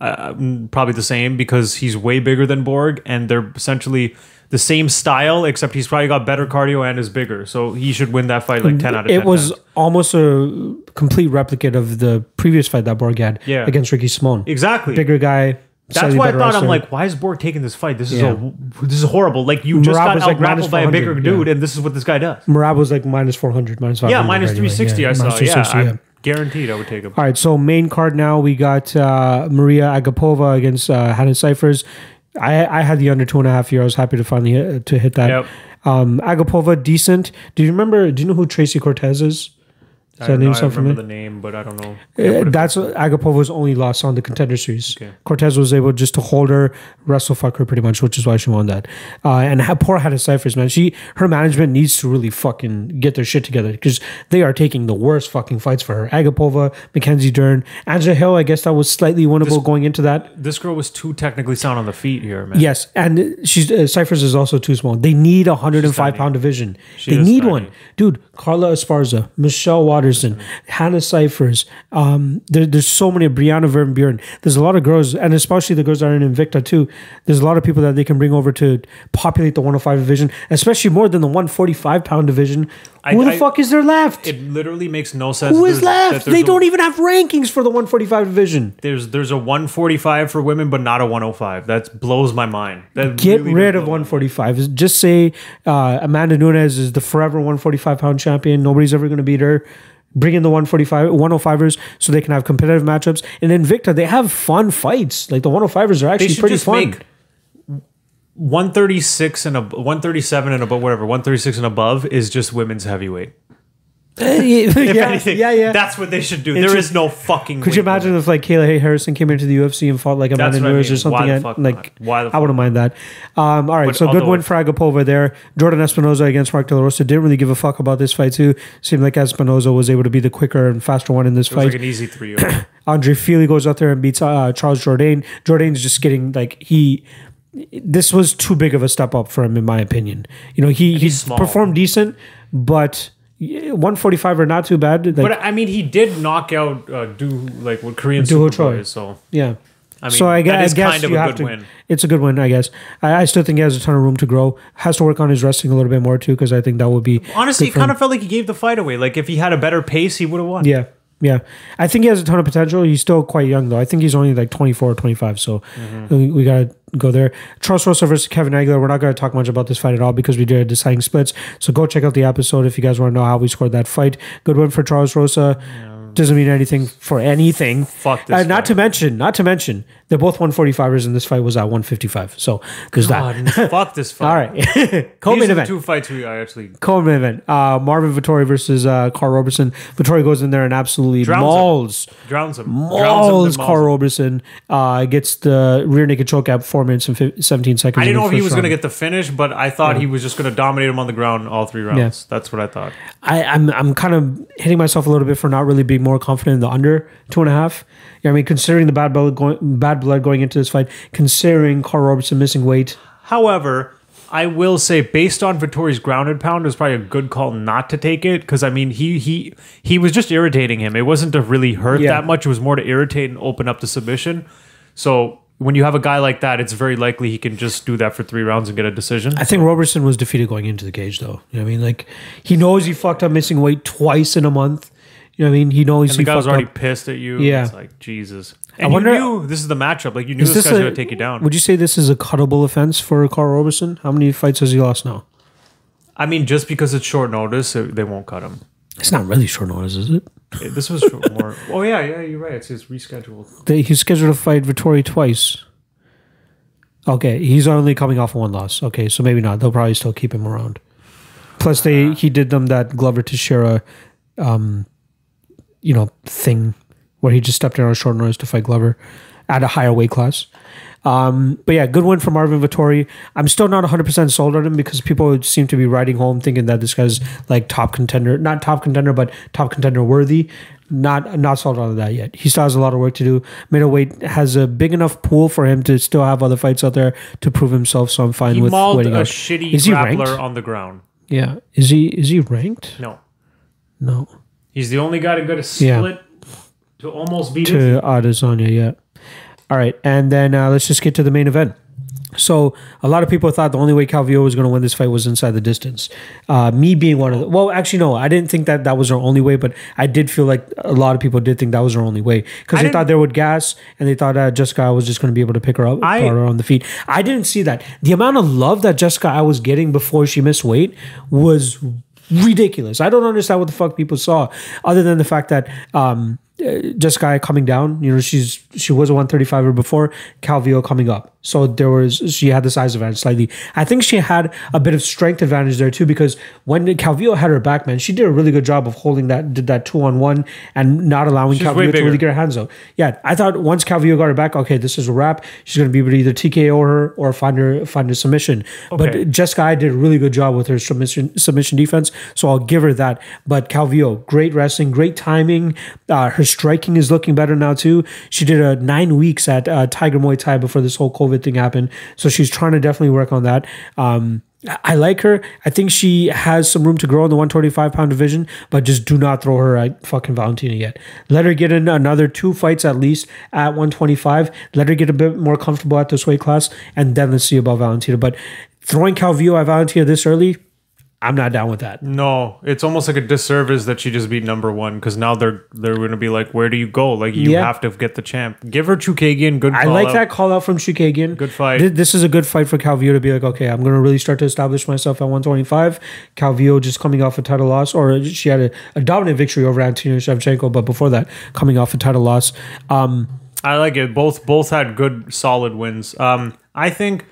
Speaker 1: uh, mm, probably the same because he's way bigger than Borg and they're essentially the same style except he's probably got better cardio and is bigger. So he should win that fight like 10 out of 10.
Speaker 2: It was
Speaker 1: times.
Speaker 2: almost a complete replicate of the previous fight that Borg had
Speaker 1: Yeah.
Speaker 2: against Ricky Simone.
Speaker 1: exactly
Speaker 2: Bigger guy.
Speaker 1: That's
Speaker 2: slightly
Speaker 1: why I
Speaker 2: better
Speaker 1: thought I'm
Speaker 2: wrestler.
Speaker 1: like, why is Borg taking this fight? This is
Speaker 2: Yeah.
Speaker 1: a this is horrible. Like you just
Speaker 2: Murat
Speaker 1: got
Speaker 2: was,
Speaker 1: out
Speaker 2: like, minus
Speaker 1: grappled by a bigger
Speaker 2: 400,
Speaker 1: dude,
Speaker 2: yeah.
Speaker 1: and this is what this guy does.
Speaker 2: Marab was like minus 400, minus 500.
Speaker 1: Yeah, minus
Speaker 2: right,
Speaker 1: three sixty.
Speaker 2: yeah,
Speaker 1: I saw.
Speaker 2: minus
Speaker 1: Yeah,
Speaker 2: 360,
Speaker 1: I'm guaranteed I would take him.
Speaker 2: All right, so main card now we got uh, Maria Agapova against uh, Hannah Cyphers. I I had the under two and a half year. I was happy to finally hit, to hit that.
Speaker 1: Yep.
Speaker 2: Um, Agapova decent. Do you remember? Do you know who Tracy Cortez is?
Speaker 1: I
Speaker 2: Does
Speaker 1: don't
Speaker 2: that name
Speaker 1: know, I
Speaker 2: sound
Speaker 1: remember
Speaker 2: familiar?
Speaker 1: the name, but I don't know. Yeah,
Speaker 2: Uh,
Speaker 1: but if-
Speaker 2: that's Agapova's only loss on the contender series.
Speaker 1: Okay.
Speaker 2: Cortez was able just to hold her, wrestle fuck her pretty much, which is why she won that. Uh, and ha- poor Hannah Cyphers, man. She her management needs to really fucking get their shit together because they are taking the worst fucking fights for her. Agapova, Mackenzie Dern, Angela Hill. I guess that was slightly winnable going into that.
Speaker 1: this girl was too technically sound on the feet here, man.
Speaker 2: Yes, and she's uh, Cyphers is also too small. They need a 105
Speaker 1: tiny.
Speaker 2: pound division.
Speaker 1: She
Speaker 2: they
Speaker 1: is
Speaker 2: need
Speaker 1: tiny.
Speaker 2: one, dude. Carla Esparza, Michelle Watterson, Hannah Cyphers. Um, there, there's so many. Brianna Van Buren. There's a lot of girls, and especially the girls that are in Invicta too. There's a lot of people that they can bring over to populate the 105 division, especially more than the 145 pound division.
Speaker 1: I-
Speaker 2: Who the
Speaker 1: I-
Speaker 2: fuck is there left?
Speaker 1: It literally makes no sense.
Speaker 2: Who
Speaker 1: that
Speaker 2: is
Speaker 1: there's- that
Speaker 2: left?
Speaker 1: there's
Speaker 2: They
Speaker 1: a-
Speaker 2: don't even have rankings for the 145 division.
Speaker 1: There's there's a 145 for women, but not a 105. That blows my mind. That
Speaker 2: Get
Speaker 1: really
Speaker 2: rid
Speaker 1: does
Speaker 2: of
Speaker 1: blow my
Speaker 2: 145. Just say uh, Amanda Nunes is the forever 145 pound champion. Nobody's ever going to beat her. Bring in the 145, 105ers so they can have competitive matchups. And in Victor, they have fun fights. Like the 105ers are
Speaker 1: They
Speaker 2: actually
Speaker 1: should
Speaker 2: pretty
Speaker 1: just
Speaker 2: fun.
Speaker 1: make 136 and ab 137 and above, whatever 136 and above is just women's heavyweight. If
Speaker 2: <laughs> yeah,
Speaker 1: anything,
Speaker 2: yeah, yeah.
Speaker 1: That's what they should do.
Speaker 2: It's
Speaker 1: there
Speaker 2: just-
Speaker 1: is no fucking.
Speaker 2: Could you
Speaker 1: weight limit.
Speaker 2: imagine if like Kayla Harrison came into the UFC and fought like Amanda
Speaker 1: That's what I
Speaker 2: Nunes
Speaker 1: mean.
Speaker 2: or something?
Speaker 1: Why the
Speaker 2: and,
Speaker 1: fuck not?
Speaker 2: like,
Speaker 1: Why the
Speaker 2: I
Speaker 1: fuck
Speaker 2: wouldn't mind that. Um, all right,
Speaker 1: But
Speaker 2: so good win
Speaker 1: otherwise-
Speaker 2: for Agapova there. Jordan Espinoza against Mark De La Rosa didn't really give a fuck about this fight too. Seemed like Espinoza was able to be the quicker and faster one in this
Speaker 1: It was
Speaker 2: fight.
Speaker 1: like an easy three. yeah,
Speaker 2: Andre Feely goes out there and beats uh, Charles Jourdain. Jourdain's just getting like he. This was too big of a step up for him, in my opinion. You know, he he
Speaker 1: small.
Speaker 2: performed decent, but yeah, 145 are not too bad. Like,
Speaker 1: but I mean, he did knock out uh, do like what Korean
Speaker 2: Do
Speaker 1: Super
Speaker 2: Choi.
Speaker 1: Boy, So
Speaker 2: yeah.
Speaker 1: I mean,
Speaker 2: so I, gue-
Speaker 1: that
Speaker 2: I
Speaker 1: is
Speaker 2: guess
Speaker 1: kind of
Speaker 2: you
Speaker 1: a
Speaker 2: have
Speaker 1: good
Speaker 2: to.
Speaker 1: win.
Speaker 2: It's a good win, I guess. I, I still think he has a ton of room to grow. Has to work on his wrestling a little bit more too, because I think that would be
Speaker 1: honestly,
Speaker 2: good
Speaker 1: it
Speaker 2: for him.
Speaker 1: kind of felt like he gave the fight away. Like if he had a better pace, he would have won.
Speaker 2: Yeah. Yeah. I think he has a ton of potential. He's still quite young, though. I think he's only like 24 or 25. So
Speaker 1: Mm-hmm.
Speaker 2: we, we got to go there. Charles Russell versus Kevin Aguilar. We're not going to talk much about this fight at all because we did a deciding splits. So go check out the episode if you guys want to know how we scored that fight. Good win for Charles Rosa. Doesn't mean anything for anything.
Speaker 1: Fuck this
Speaker 2: Uh, not
Speaker 1: guy.
Speaker 2: to mention, not to mention, they're both 145ers and this fight was at 155. So there's that.
Speaker 1: God, <laughs> fuck this fight.
Speaker 2: <laughs> All right. <laughs>
Speaker 1: These
Speaker 2: Co-main
Speaker 1: are the
Speaker 2: event.
Speaker 1: two fights we I actually
Speaker 2: Co-main event. Uh, Marvin Vittori versus uh, Carl Robertson. Vittori goes in there and absolutely
Speaker 1: Drowns him.
Speaker 2: mauls
Speaker 1: drowns him.
Speaker 2: mauls
Speaker 1: drowns him.
Speaker 2: Carl Roberson. Uh, gets the rear naked choke at four minutes and fif- 17 seconds.
Speaker 1: I didn't know if he was going
Speaker 2: to
Speaker 1: to get the finish, but I thought he was just going to dominate him on the ground all three rounds. That's what I thought.
Speaker 2: I, I'm I'm kind of hitting myself a little bit for not really being more confident in the under two and a half. You know what I mean, considering the bad blood going bad blood going into this fight, considering Carl Robertson missing weight.
Speaker 1: However, I will say, based on Vittori's grounded pound, it was probably a good call not to take it because I mean, he he he was just irritating him. It wasn't to really hurt
Speaker 2: Yeah.
Speaker 1: that much. It was more to irritate and open up the submission. So when you have a guy like that, it's very likely he can just do that for three rounds and get a decision.
Speaker 2: I think Robertson was defeated going into the cage, though. You know what I mean? Like he knows he fucked up missing weight twice in a month. You know what I mean? He knows
Speaker 1: And
Speaker 2: he
Speaker 1: the guy was
Speaker 2: fucked
Speaker 1: already
Speaker 2: up.
Speaker 1: pissed at you.
Speaker 2: Yeah.
Speaker 1: It's like, Jesus. And you
Speaker 2: wonder-
Speaker 1: knew this is the matchup. Like, you knew
Speaker 2: Is
Speaker 1: this,
Speaker 2: this
Speaker 1: guy's
Speaker 2: a-
Speaker 1: going to take you down.
Speaker 2: Would you say this is a cuttable offense for Carl Robertson? How many fights has he lost now?
Speaker 1: I mean, just because it's short notice, it- they won't cut him.
Speaker 2: It's not really short notice, is it?
Speaker 1: It- This was short-
Speaker 2: <laughs>
Speaker 1: more. Oh, yeah, yeah, you're right. It's, it's rescheduled.
Speaker 2: They, he's scheduled to fight Vittori twice. Okay, he's only coming off one loss. Okay, so maybe not. They'll probably still keep him around. Plus, they he did them that Glover Teixeira, um, you know, thing where he just stepped in on short notice to fight Glover at a higher weight class. Um, but yeah, good win for Marvin Vittori. I'm still not 100% sold on him because people seem to be riding home thinking that this guy's like top contender, not top contender, but top contender worthy. Not not sold on that yet. He still has a lot of work to do. Middleweight has a big enough pool for him to still have other fights out there to prove himself. So I'm fine
Speaker 1: He
Speaker 2: with
Speaker 1: mauled a
Speaker 2: waiting out.
Speaker 1: shitty
Speaker 2: Is he
Speaker 1: grappler
Speaker 2: ranked?
Speaker 1: on the ground.
Speaker 2: Yeah, is he is he ranked?
Speaker 1: No.
Speaker 2: No,
Speaker 1: He's the only guy to go to
Speaker 2: Yeah.
Speaker 1: split to almost beat it.
Speaker 2: to Adesanya. Yeah. All right, and then uh, let's just get to the main event. So a lot of people thought the only way Calvillo was going to win this fight was inside the distance. Uh, me being one of the well, actually no, I didn't think that that was our only way, but I did feel like a lot of people did think that was our only way because
Speaker 1: I
Speaker 2: they
Speaker 1: didn't-
Speaker 2: thought there would gas and they thought uh, Jessica I was just going to be able to pick her up,
Speaker 1: I-
Speaker 2: throw her on the feet. I didn't see that. The amount of love that Jessica I was getting before she missed weight was ridiculous. I don't understand what the fuck people saw, other than the fact that. Um, uh, Jessica coming down, you know, she's she was a 135er before, Calvillo coming up. So there was she had the size advantage slightly. I think she had a bit of strength advantage there too because when Calvillo had her back, man, she did a really good job of holding that did that two on one and not allowing
Speaker 1: She's way
Speaker 2: Calvillo to
Speaker 1: bigger.
Speaker 2: really get her hands out. Yeah, I thought once Calvillo got her back, okay, this is a wrap. She's gonna be able to either TKO her or find her find her submission.
Speaker 1: Okay.
Speaker 2: But Jessica I did a really good job with her submission submission defense, so I'll give her that. But Calvillo, great wrestling, great timing. Uh, her striking is looking better now too. She did a nine weeks at uh, Tiger Muay Thai before this whole COVID thing happened, so she's trying to definitely work on that. Um, I- I like her. I think she has some room to grow in the 125 pound division, but just do not throw her at fucking Valentina yet. Let her get in another two fights at least at 125. Let her get a bit more comfortable at this weight class, and then let's see about Valentina. But throwing Calvillo at Valentina this early, I'm not down with that.
Speaker 1: No, it's almost like a disservice that she just beat number one because now they're they're going to be like, where do you go? Like you
Speaker 2: Yeah.
Speaker 1: have to get the champ. Give her Chukagian. Good.
Speaker 2: I
Speaker 1: call
Speaker 2: like
Speaker 1: out.
Speaker 2: that call out from Shukagian.
Speaker 1: Good fight.
Speaker 2: Th- This is a good fight for Calvillo to be like, okay, I'm going to really start to establish myself at 125. Calvillo just coming off a title loss, or she had a, a dominant victory over Antonio Shevchenko, but before that, coming off a title loss. Um,
Speaker 1: I like it. Both both had good solid wins. Um, I think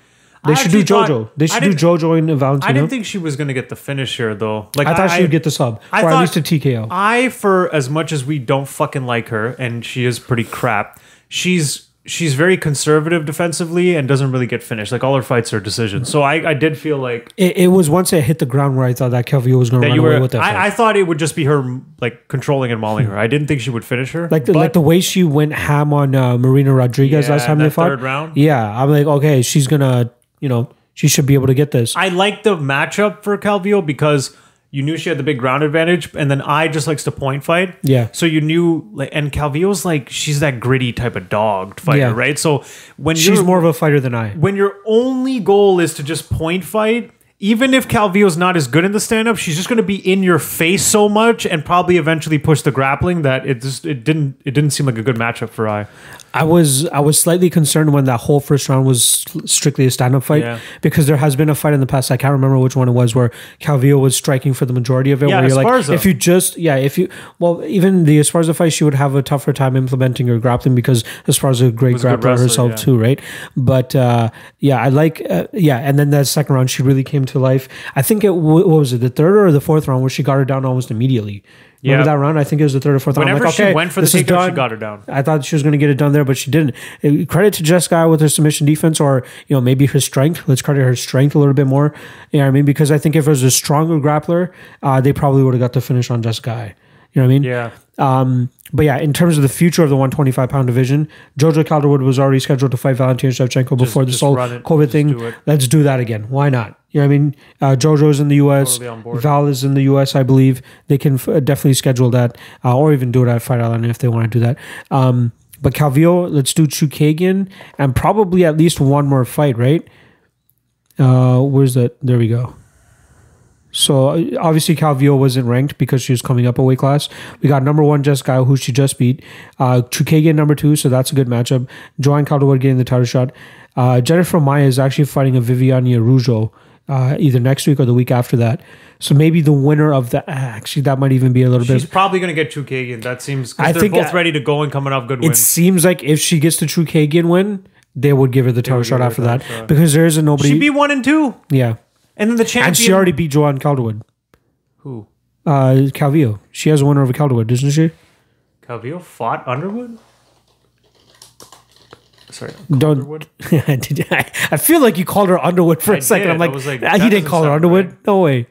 Speaker 2: they should do JoJo. they should do JoJo and
Speaker 1: I
Speaker 2: Valentino. I,
Speaker 1: didn't think she was going to get the finish here though. Like
Speaker 2: thought she would get the sub,
Speaker 1: I
Speaker 2: or
Speaker 1: thought-
Speaker 2: at least a TKO.
Speaker 1: I, for as much as we don't fucking like her, and she is pretty crap, she's she's very conservative defensively and doesn't really get finished. Like all her fights are decisions. So I, I did feel like
Speaker 2: it, it was once it hit the ground where I thought that Calvillo was going to
Speaker 1: that
Speaker 2: run
Speaker 1: you
Speaker 2: away
Speaker 1: were.
Speaker 2: with that. fight.
Speaker 1: I, I thought it would just be her like controlling and mauling her. I didn't think she would finish her.
Speaker 2: Like the,
Speaker 1: but
Speaker 2: like the way she went ham on uh, Marina Rodriguez
Speaker 1: Yeah,
Speaker 2: last time they
Speaker 1: that
Speaker 2: fought.
Speaker 1: third round.
Speaker 2: Yeah, I'm like, okay, she's gonna, you know, she should be able to get this.
Speaker 1: I like the matchup for Calvillo because you knew she had the big ground advantage, and then I just likes to point fight.
Speaker 2: Yeah.
Speaker 1: So you knew like, and Calvillo's like she's that gritty type of dog fighter,
Speaker 2: Yeah.
Speaker 1: right? So when
Speaker 2: She's
Speaker 1: you're-
Speaker 2: more of a fighter than I.
Speaker 1: when your only goal is to just point fight, even if Calvillo's not as good in the stand up, she's just going to be in your face so much and probably eventually push the grappling that it just it didn't it didn't seem like a good matchup for I.
Speaker 2: I was I was slightly concerned when that whole first round was sl- strictly a stand up fight
Speaker 1: Yeah.
Speaker 2: because there has been a fight in the past. I can't remember which one it was where Calvillo was striking for the majority of it.
Speaker 1: Yeah,
Speaker 2: where you're
Speaker 1: Esparza.
Speaker 2: like, if you just yeah, if you well, even the Esparza fight, she would have a tougher time implementing her grappling because Esparza a great
Speaker 1: Was a good
Speaker 2: grappler
Speaker 1: wrestler,
Speaker 2: herself
Speaker 1: yeah.
Speaker 2: too, right? But uh, yeah, I like uh, yeah, and then that second round she really came to life. I think it wa- what was it the third or the fourth round where she got her down almost immediately. Remember
Speaker 1: Yeah.
Speaker 2: that round? I think it was the third or fourth round. I'm
Speaker 1: Whenever
Speaker 2: like,
Speaker 1: she
Speaker 2: okay,
Speaker 1: went for the
Speaker 2: this is
Speaker 1: takedown, she
Speaker 2: done.
Speaker 1: got her down.
Speaker 2: I thought she was going to get it done there, but she didn't. Uh, Credit to Jessica with her submission defense, or you know maybe her strength. Let's credit her strength a little bit more. You know what I mean? Because I think if it was a stronger grappler, uh, they probably would have got the finish on Jessica. Ai. You know what I mean?
Speaker 1: Yeah.
Speaker 2: Um, but yeah, in terms of the future of the 125 pound division, Jojo Calderwood was already scheduled to fight Valentina Shevchenko before this
Speaker 1: just
Speaker 2: whole
Speaker 1: run it.
Speaker 2: COVID
Speaker 1: Just
Speaker 2: thing.
Speaker 1: do it.
Speaker 2: Let's do that again. Why not? You know what I mean? Uh, Jojo's in the U.S.
Speaker 1: Totally on board.
Speaker 2: Val is in the U.S. I believe they can f- definitely schedule that, uh, or even do it at Fight Island if they want to do that. Um, but Calvillo, let's do Chukagian and probably at least one more fight, right? Uh, where's that? There we go. So uh, obviously Calvillo wasn't ranked because she was coming up a weight class. We got number one Jessica, who she just beat. Uh, Chukagian number two, so that's a good matchup. Joanne Calderwood getting the title shot. Uh, Jennifer Maya is actually fighting a Viviane Arujo uh, either next week or the week after that. So maybe the winner of the ah, actually that might even be a little
Speaker 1: She's
Speaker 2: bit.
Speaker 1: probably going to get Chukagian. That seems
Speaker 2: I
Speaker 1: because they're
Speaker 2: think
Speaker 1: both
Speaker 2: I-
Speaker 1: ready to go and coming off good
Speaker 2: It
Speaker 1: wins.
Speaker 2: seems like if she gets the Chukagian win, they would give her the title
Speaker 1: would give
Speaker 2: shot
Speaker 1: her
Speaker 2: after
Speaker 1: the
Speaker 2: that
Speaker 1: title shot.
Speaker 2: because there isn't nobody.
Speaker 1: She'd be one and two,
Speaker 2: yeah,
Speaker 1: and then the champion.
Speaker 2: and she already beat Joanne Calderwood.
Speaker 1: who
Speaker 2: Uh, Calvillo. She has a winner over Calderwood, doesn't she?
Speaker 1: Calvillo fought Underwood. Sorry,
Speaker 2: Don't. <laughs>
Speaker 1: Underwood?
Speaker 2: Did I, I feel like you called her Underwood for a
Speaker 1: I
Speaker 2: second.
Speaker 1: did.
Speaker 2: I'm like,
Speaker 1: I was like,
Speaker 2: "Ah,
Speaker 1: that
Speaker 2: he
Speaker 1: doesn't
Speaker 2: didn't call her
Speaker 1: sound
Speaker 2: Underwood.
Speaker 1: right."
Speaker 2: No way.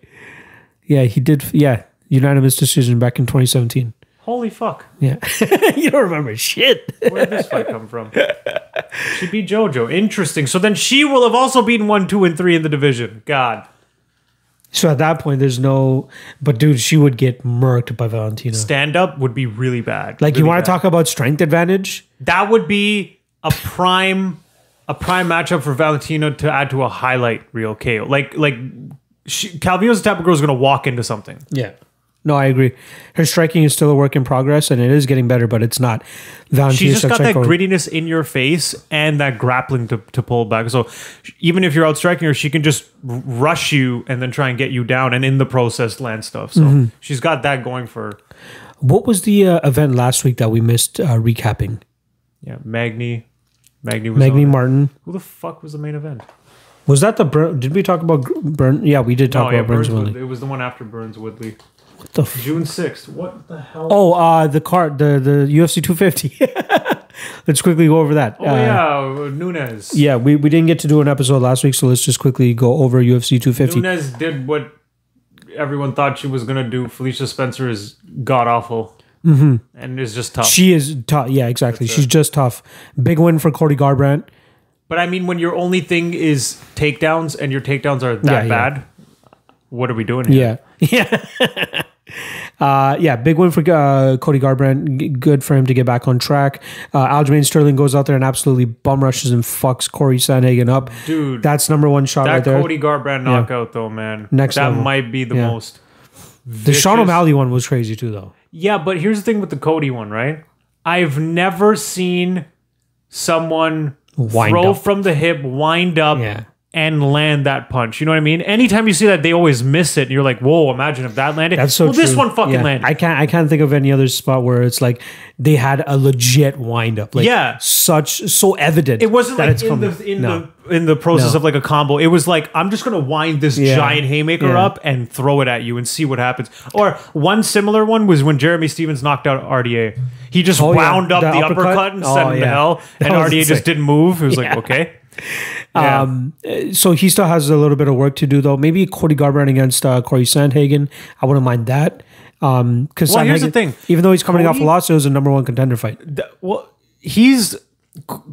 Speaker 2: Yeah, he did. Yeah, unanimous decision back in 2017.
Speaker 1: Holy fuck!
Speaker 2: Yeah, <laughs> you don't remember shit.
Speaker 1: Where did this fight come from? She beat JoJo. Interesting. So then she will have also beaten one, two, and three in the division. God.
Speaker 2: So at that point, there's no. But dude, she would get murked by Valentina.
Speaker 1: Stand up would be really bad.
Speaker 2: Like, you
Speaker 1: Really
Speaker 2: want
Speaker 1: bad.
Speaker 2: to talk about strength advantage?
Speaker 1: That would be a prime, a prime matchup for Valentino to add to a highlight reel KO. Like, like she, Calvillo's the type of girl who's going to walk into something.
Speaker 2: Yeah. No, I agree. Her striking is still a work in progress, and it is getting better, but it's not. Valentina
Speaker 1: She's just got that
Speaker 2: Shevchenko-
Speaker 1: grittiness in your face and that grappling to, to pull back. So even if you're out striking her, she can just r- rush you and then try and get you down and in the process land stuff. So
Speaker 2: Mm-hmm.
Speaker 1: she's got that going for her.
Speaker 2: What was the uh, event last week that we missed uh, recapping?
Speaker 1: Yeah, Magni Magni was
Speaker 2: Magni
Speaker 1: on it.
Speaker 2: Martin.
Speaker 1: Who the fuck was the main event?
Speaker 2: Was that the Burn? Did we talk about Gr- Burn? Yeah, we did talk
Speaker 1: oh
Speaker 2: about
Speaker 1: yeah,
Speaker 2: Burns
Speaker 1: Burns.
Speaker 2: Willie.
Speaker 1: Wood, it was the one after Burns Woodley.
Speaker 2: What the f-
Speaker 1: June sixth. What the hell?
Speaker 2: oh, uh, the card, the the UFC 250. <laughs> let's quickly go over that.
Speaker 1: Oh,
Speaker 2: Uh,
Speaker 1: yeah, Nunez.
Speaker 2: Yeah, we, we didn't get to do an episode last week, so let's just quickly go over UFC 250.
Speaker 1: Nunez did what everyone thought she was gonna do. Felicia Spencer is god awful, mm-hmm. and is just tough.
Speaker 2: She is tough. Yeah, exactly. She's just tough. Big win for Cody Garbrandt.
Speaker 1: But I mean, when your only thing is takedowns and your takedowns are
Speaker 2: Yeah,
Speaker 1: that
Speaker 2: yeah.
Speaker 1: bad, what are we doing here?
Speaker 2: Yeah. Yeah. <laughs> Uh, yeah, big win for uh, Cody Garbrandt. G- good for him to get back on track. Uh, Aljamain Sterling goes out there and absolutely bum rushes and fucks Corey Sandhagen up.
Speaker 1: Dude, that,
Speaker 2: That's number one shot right there.
Speaker 1: Cody Garbrandt knockout though, man.
Speaker 2: Next
Speaker 1: that
Speaker 2: level.
Speaker 1: might be the
Speaker 2: Yeah.
Speaker 1: most.
Speaker 2: the Sean
Speaker 1: vicious-
Speaker 2: O'Malley one was crazy too, though.
Speaker 1: Yeah, but here's the thing with the Cody one, right? I've never seen someone
Speaker 2: Wind
Speaker 1: throw
Speaker 2: up.
Speaker 1: from the hip, wind up,
Speaker 2: Yeah.
Speaker 1: and land that punch. You know what I mean? Anytime you see that, they always miss it, and you're like, "Whoa!" Imagine if that landed.
Speaker 2: That's so
Speaker 1: well, this
Speaker 2: true.
Speaker 1: one fucking
Speaker 2: Yeah.
Speaker 1: landed.
Speaker 2: I can't. I can't think of any other spot where it's like they had a legit wind up. Like
Speaker 1: Yeah.
Speaker 2: such so evident.
Speaker 1: it wasn't
Speaker 2: that
Speaker 1: like
Speaker 2: it's
Speaker 1: in
Speaker 2: coming.
Speaker 1: the in
Speaker 2: No.
Speaker 1: the in the process
Speaker 2: No.
Speaker 1: of like a combo. It was like I'm just gonna wind this
Speaker 2: Yeah.
Speaker 1: giant haymaker
Speaker 2: Yeah.
Speaker 1: up and throw it at you and see what happens. Or one similar one was when Jeremy Stevens knocked out RDA. He just
Speaker 2: Oh, yeah.
Speaker 1: wound up
Speaker 2: The
Speaker 1: the uppercut,
Speaker 2: uppercut?
Speaker 1: and
Speaker 2: Oh,
Speaker 1: sent him to
Speaker 2: yeah.
Speaker 1: hell,
Speaker 2: That
Speaker 1: and
Speaker 2: was
Speaker 1: RDA
Speaker 2: insane.
Speaker 1: just didn't move. He was like,
Speaker 2: <laughs>
Speaker 1: okay. Yeah.
Speaker 2: Um, uh, so he still has a little bit of work to do, though. Maybe Cody Garbrandt against uh, Corey Sandhagen. I wouldn't mind that. Um, because
Speaker 1: Well, here's the thing.
Speaker 2: even though he's coming off a
Speaker 1: Cody-
Speaker 2: loss, it was a number one contender fight.
Speaker 1: Th- well, he's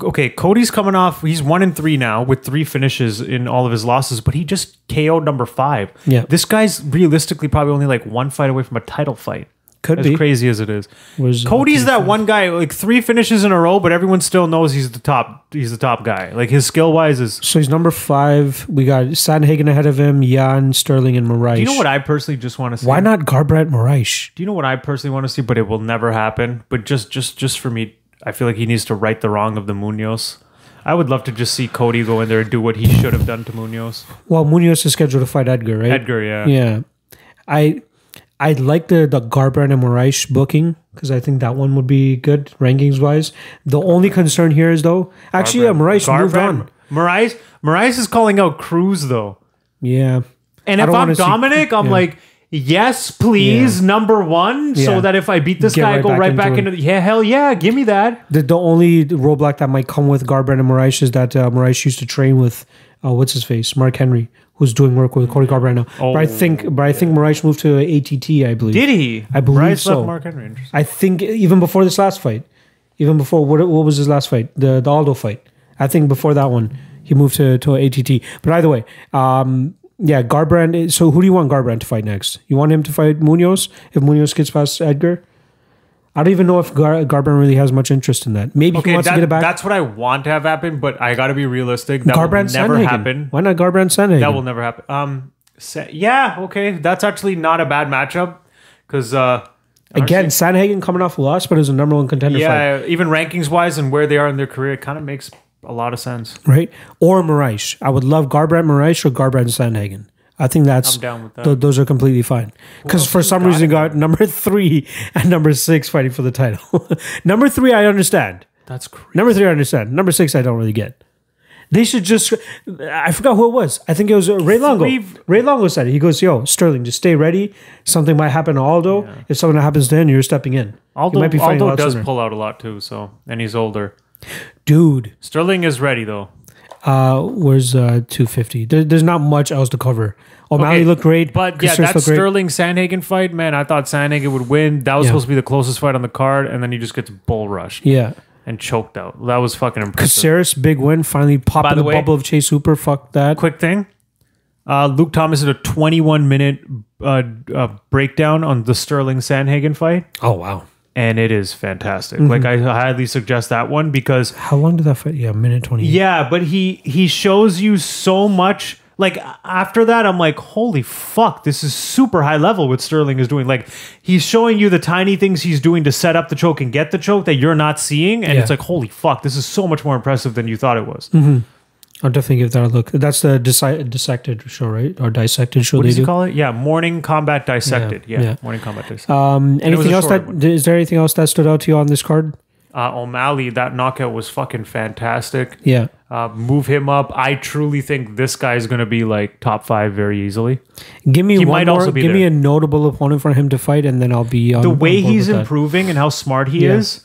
Speaker 1: okay. Cody's coming off. He's one in three now with three finishes in all of his losses, but he just KO'd number five.
Speaker 2: Yeah.
Speaker 1: this guy's realistically probably only like one fight away from a title fight.
Speaker 2: Could
Speaker 1: as
Speaker 2: be.
Speaker 1: crazy as it is.
Speaker 2: Was- uh,
Speaker 1: Cody's that one guy like three finishes in a row, but everyone still knows he's the top. He's the top guy. Like his skill wise is.
Speaker 2: So he's number five. We got Sandhagen ahead of him, Jan Sterling, and Moraes.
Speaker 1: Do you know what I personally just want to see?
Speaker 2: Why not Garbrandt Moraes?
Speaker 1: Do you know what I personally want to see? But it will never happen. But just just just for me, I feel like he needs to right the wrong of the Munoz. I would love to just see Cody go in there and do what he should have done to Munoz.
Speaker 2: Well, Munoz is scheduled to fight Edgar, right?
Speaker 1: Edgar, yeah.
Speaker 2: Yeah, I I like the the Garbrandt and Moraes booking because I think that one would be good rankings wise. The only concern here is though, actually, yeah, Moraes moved on.
Speaker 1: Moraes, Moraes is calling out Cruz though.
Speaker 2: Yeah,
Speaker 1: And
Speaker 2: I
Speaker 1: if
Speaker 2: don't
Speaker 1: I'm
Speaker 2: wanna see-
Speaker 1: Dominic, I'm like, yes, please, number one,
Speaker 2: Yeah.
Speaker 1: so that if I beat this
Speaker 2: Get
Speaker 1: guy, I
Speaker 2: right
Speaker 1: go
Speaker 2: back
Speaker 1: right
Speaker 2: into
Speaker 1: back
Speaker 2: it.
Speaker 1: into the yeah, hell yeah, give me that.
Speaker 2: the the only roadblock that might come with Garbrandt and Moraes is that uh, Moraes used to train with uh, what's his face, Mark Henry, who's doing work with Cody Garbrandt now. But I think, but I think Moraes moved to ATT, I believe.
Speaker 1: Did he?
Speaker 2: I believe
Speaker 1: Moraes
Speaker 2: so.
Speaker 1: left Mark Henry. Interesting.
Speaker 2: I think even before this last fight, even before what what was his last fight? The the Aldo fight. I think before that one, he moved to to ATT. But either way, um, yeah, Garbrandt. is- So who do you want Garbrandt to fight next? You want him to fight Munoz if Munoz gets past Edgar? I don't even know if Gar- Garbrandt really has much interest in that. Maybe he
Speaker 1: Okay,
Speaker 2: wants
Speaker 1: that-
Speaker 2: to get it back.
Speaker 1: that's what I want to have happen, but I got to be realistic. That
Speaker 2: Garbrandt
Speaker 1: will never
Speaker 2: Sandhagen.
Speaker 1: happen.
Speaker 2: Why not Garbrandt Sandhagen?
Speaker 1: That will never happen. Um, sa yeah, okay, that's actually not a bad matchup because uh,
Speaker 2: Again, Sandhagen coming off a loss, but it was a number one contender fight,
Speaker 1: yeah, even rankings wise and where they are in their career, it kind of makes a lot of sense.
Speaker 2: right? Or Moraes. I would love Garbrandt Moraes or Garbrandt Sandhagen. I think that's
Speaker 1: I'm down with that.
Speaker 2: Th- those are completely fine. Because for some reason, got <laughs> number three and number six fighting for the title. <laughs> number three, I understand.
Speaker 1: That's crazy.
Speaker 2: Number three, I understand. Number six, I don't really get. They should just. I forgot who it was. I think it was uh, Ray Longo.
Speaker 1: Three-
Speaker 2: Ray Longo said it. He goes, "Yo, Sterling, just stay ready. Something might happen to Aldo. If something happens to him, you're stepping in. You
Speaker 1: Aldo,
Speaker 2: might be fighting a
Speaker 1: Aldo
Speaker 2: lot
Speaker 1: does
Speaker 2: sooner.
Speaker 1: pull out a lot too, so and he's older.
Speaker 2: dude.
Speaker 1: Sterling is ready though.
Speaker 2: Uh, where's uh 250? There, there's not much else to cover. O'Malley
Speaker 1: Okay,
Speaker 2: looked great,
Speaker 1: But
Speaker 2: Chris
Speaker 1: yeah,
Speaker 2: Harris
Speaker 1: that
Speaker 2: looked great.
Speaker 1: Sterling Sandhagen fight, man, I thought Sandhagen would win. That was
Speaker 2: Yeah.
Speaker 1: supposed to be the closest fight on the card, and then he just gets bull rushed
Speaker 2: Yeah,
Speaker 1: and choked out. That was fucking impressive.
Speaker 2: Caceres big win. Finally popping
Speaker 1: the
Speaker 2: the,
Speaker 1: way-
Speaker 2: bubble of Chase Hooper. Fuck that.
Speaker 1: quick thing. Uh, Luke Thomas did a 21 minute uh, uh, breakdown on the Sterling Sandhagen fight,
Speaker 2: Oh wow.
Speaker 1: and it is fantastic.
Speaker 2: Mm-hmm.
Speaker 1: Like I highly suggest that one because
Speaker 2: How long did that fight? Yeah, a minute twenty.
Speaker 1: yeah, but he he shows you so much. Like a- after that, I'm like, holy fuck, this is super high level what Sterling is doing. Like he's showing you the tiny things he's doing to set up the choke and get the choke that you're not seeing, and
Speaker 2: Yeah. Mm-hmm.
Speaker 1: it's like, holy fuck, this is so much more impressive than you thought it was.
Speaker 2: I'll definitely give that a look. That's the disi- dissected show, right? Or dissected show
Speaker 1: What
Speaker 2: they
Speaker 1: does he
Speaker 2: do.
Speaker 1: call it? Yeah, morning combat dissected. Yeah,
Speaker 2: yeah.
Speaker 1: morning combat dissected.
Speaker 2: Um,
Speaker 1: was
Speaker 2: anything
Speaker 1: a
Speaker 2: else
Speaker 1: shorter
Speaker 2: that is
Speaker 1: one.
Speaker 2: there anything else that stood out to you on this card?
Speaker 1: uh, O'Malley, that knockout was fucking fantastic.
Speaker 2: Yeah.
Speaker 1: Uh, move him up. I truly think this guy is going to be like top five very easily.
Speaker 2: Give me one
Speaker 1: might
Speaker 2: more.
Speaker 1: also be
Speaker 2: give me
Speaker 1: there.
Speaker 2: a notable opponent for him to fight, and then I'll be on
Speaker 1: The way
Speaker 2: on board
Speaker 1: he's
Speaker 2: with that.
Speaker 1: improving and how smart he
Speaker 2: Yeah.
Speaker 1: is,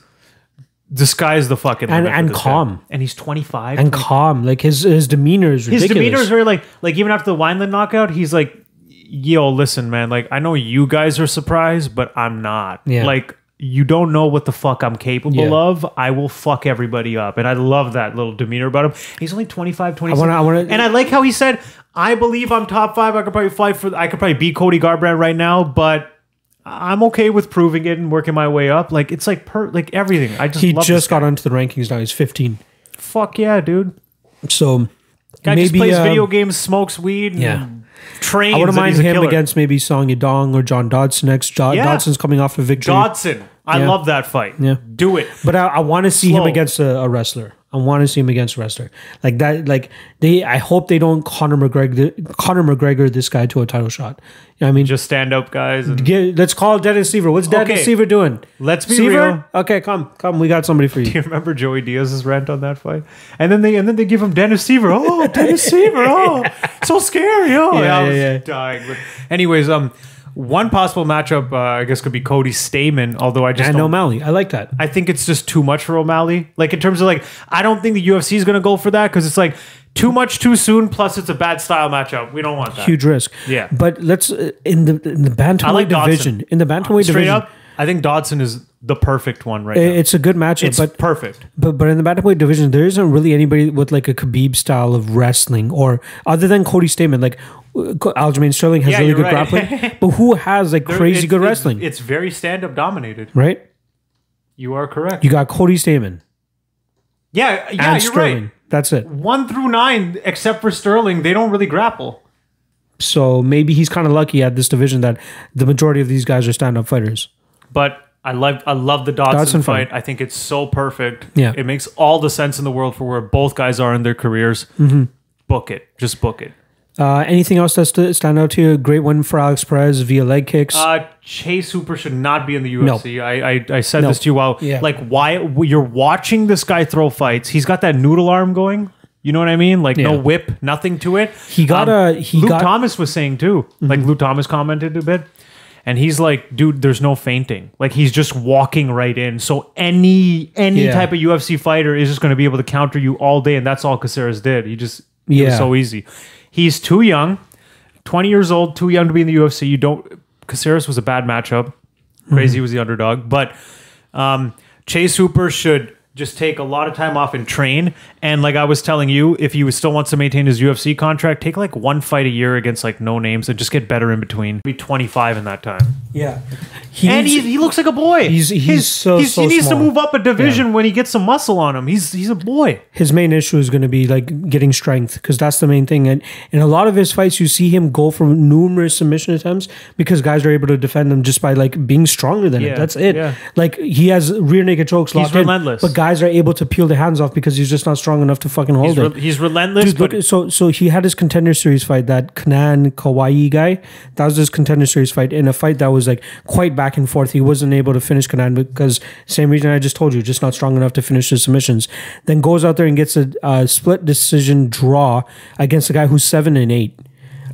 Speaker 1: the sky's the fucking
Speaker 2: And-
Speaker 1: limit for
Speaker 2: and
Speaker 1: this guy.
Speaker 2: calm.
Speaker 1: And he's twenty five
Speaker 2: and calm, like his his demeanor is
Speaker 1: his
Speaker 2: ridiculous.
Speaker 1: demeanor is very like like even after the Wineland knockout, he's like, "Yo, listen, man. Like I know you guys are surprised, but I'm not.
Speaker 2: Yeah.
Speaker 1: Like you don't know what the fuck I'm capable
Speaker 2: Yeah.
Speaker 1: of. I will fuck everybody up." And I love that little demeanor about him. He's only 25, 26.
Speaker 2: wanna- I wanna-
Speaker 1: and I like how he said, "I believe I'm top five. I could probably fight for. I could probably beat Cody Garbrandt right now, but." I'm okay with proving it and working my way up. Like it's like per like everything. I just
Speaker 2: he
Speaker 1: love
Speaker 2: just
Speaker 1: this guy.
Speaker 2: got onto the rankings now. He's 15,
Speaker 1: fuck yeah, dude.
Speaker 2: so
Speaker 1: Guy
Speaker 2: maybe
Speaker 1: just plays
Speaker 2: um,
Speaker 1: video games, smokes weed, and
Speaker 2: Yeah.
Speaker 1: trains.
Speaker 2: I wouldn't
Speaker 1: and
Speaker 2: mind
Speaker 1: he's a
Speaker 2: him
Speaker 1: killer.
Speaker 2: against maybe Song Yadong or John Dodson next. Jo-
Speaker 1: Yeah.
Speaker 2: Dodson's coming off a victory,
Speaker 1: Dodson. I
Speaker 2: Yeah.
Speaker 1: love that fight.
Speaker 2: Yeah.
Speaker 1: Do it.
Speaker 2: but I, I want to see him
Speaker 1: Slow.
Speaker 2: against a, a wrestler. I want to see him against a wrestler like that. Like they, I hope they don't Conor McGregor, Conor McGregor, this guy to a title shot. You know what I mean,
Speaker 1: Just stand up, guys. And
Speaker 2: Get, let's call Dennis Seaver. What's Dennis
Speaker 1: Okay.
Speaker 2: Seaver doing?
Speaker 1: Let's be
Speaker 2: Seaver?
Speaker 1: real. <laughs>
Speaker 2: Okay, come, come. We got somebody for you.
Speaker 1: You remember Joey Diaz's rant on that fight? And then they and then they give him Dennis Seaver.
Speaker 2: <laughs>
Speaker 1: Oh, Dennis Seaver. Oh, so scary. Oh,
Speaker 2: Yeah,
Speaker 1: I was
Speaker 2: yeah, yeah.
Speaker 1: dying. But anyways, um, one possible matchup, uh, I guess, could be Cody Stamen. Although I just
Speaker 2: And
Speaker 1: don't
Speaker 2: O'Malley. I like that.
Speaker 1: I think it's just too much for O'Malley. Like in terms of like, I don't think the UFC is going to go for that because it's like too much too soon. Plus, it's a bad style matchup. We don't want that.
Speaker 2: Huge risk.
Speaker 1: Yeah.
Speaker 2: But let's uh, in the in the bantamweight
Speaker 1: like Dodson.
Speaker 2: division. In the bantamweight
Speaker 1: Straight
Speaker 2: division,
Speaker 1: up, I think Dodson is the perfect one right
Speaker 2: i-
Speaker 1: now.
Speaker 2: it's a good matchup.
Speaker 1: It's
Speaker 2: but
Speaker 1: perfect.
Speaker 2: but but in the bantamweight division, there isn't really anybody with like a Khabib style of wrestling, or other than Cody Stamen. Like uh, Co- Aljamain Sterling has
Speaker 1: Yeah,
Speaker 2: really
Speaker 1: you're
Speaker 2: good
Speaker 1: right. <laughs>
Speaker 2: grappling, but who has like crazy
Speaker 1: It's-
Speaker 2: good
Speaker 1: it's-
Speaker 2: wrestling?
Speaker 1: It's very stand up dominated.
Speaker 2: right.
Speaker 1: You are correct.
Speaker 2: You got Cody Stamen
Speaker 1: yeah, yeah,
Speaker 2: and
Speaker 1: you're
Speaker 2: Sterling.
Speaker 1: right.
Speaker 2: That's it.
Speaker 1: One through nine, except for Sterling, they don't really grapple.
Speaker 2: So maybe he's kind of lucky at this division that the majority of these guys are stand-up fighters.
Speaker 1: But I love I love the Dodson,
Speaker 2: Dodson
Speaker 1: fight.
Speaker 2: fight.
Speaker 1: I think it's so perfect.
Speaker 2: Yeah.
Speaker 1: It makes all the sense in the world for where both guys are in their careers.
Speaker 2: Mm-hmm.
Speaker 1: Book it. Just book it.
Speaker 2: Uh, anything else that's to stand out to you? Great win for Alex Perez via leg kicks.
Speaker 1: Uh, Chase Hooper should not be in the UFC. I, I I said
Speaker 2: No.
Speaker 1: this to you while
Speaker 2: Yeah.
Speaker 1: like why you're watching this guy throw fights. He's got that noodle arm going. You know what I mean? Like no
Speaker 2: Yeah.
Speaker 1: whip, nothing to it. Um,
Speaker 2: He got a- he
Speaker 1: Luke
Speaker 2: got- Mm-hmm.
Speaker 1: Thomas was saying too. Like Luke Thomas commented a bit, and he's like, dude, there's no fainting. Like he's just walking right in. So any any
Speaker 2: Yeah.
Speaker 1: type of UFC fighter is just going to be able to counter you all day, and that's all Caceres did. He just it was
Speaker 2: Yeah.
Speaker 1: so easy. He's too young. 20 years old, too young to be in the UFC. You don't. Caceres was a bad matchup. Crazy
Speaker 2: Mm-hmm.
Speaker 1: was the underdog, but um, Chase Hooper should just take a lot of time off and train. And like I was telling you, if he still wants to maintain his UFC contract, take like one fight a year against like no names and just get better in between. Be 25 in that time,
Speaker 2: yeah, he
Speaker 1: and
Speaker 2: needs-
Speaker 1: he, he looks like a boy.
Speaker 2: He's- he's so, so
Speaker 1: he needs
Speaker 2: small.
Speaker 1: to move up a division when he gets some muscle on him. He's he's a boy.
Speaker 2: his main issue is going to be like getting strength because that's the main thing. And in a lot of his fights, you see him go for numerous submission attempts because guys are able to defend them just by like being stronger than
Speaker 1: Yeah,
Speaker 2: it. That's it.
Speaker 1: yeah.
Speaker 2: Like he has rear naked chokes. He's
Speaker 1: relentless.
Speaker 2: but guys are able to peel their hands off because he's just not strong enough to fucking hold
Speaker 1: He's,
Speaker 2: it.
Speaker 1: re- he's relentless,
Speaker 2: Dude,
Speaker 1: but
Speaker 2: look, so so he had his contender series fight that Kanan Kawaii guy. That was his contender series fight in a fight that was like quite back and forth. He wasn't able to finish Kanan because same reason I just told you, just not strong enough to finish his submissions. Then goes out there and gets a uh, split decision draw against a guy who's seven and eight.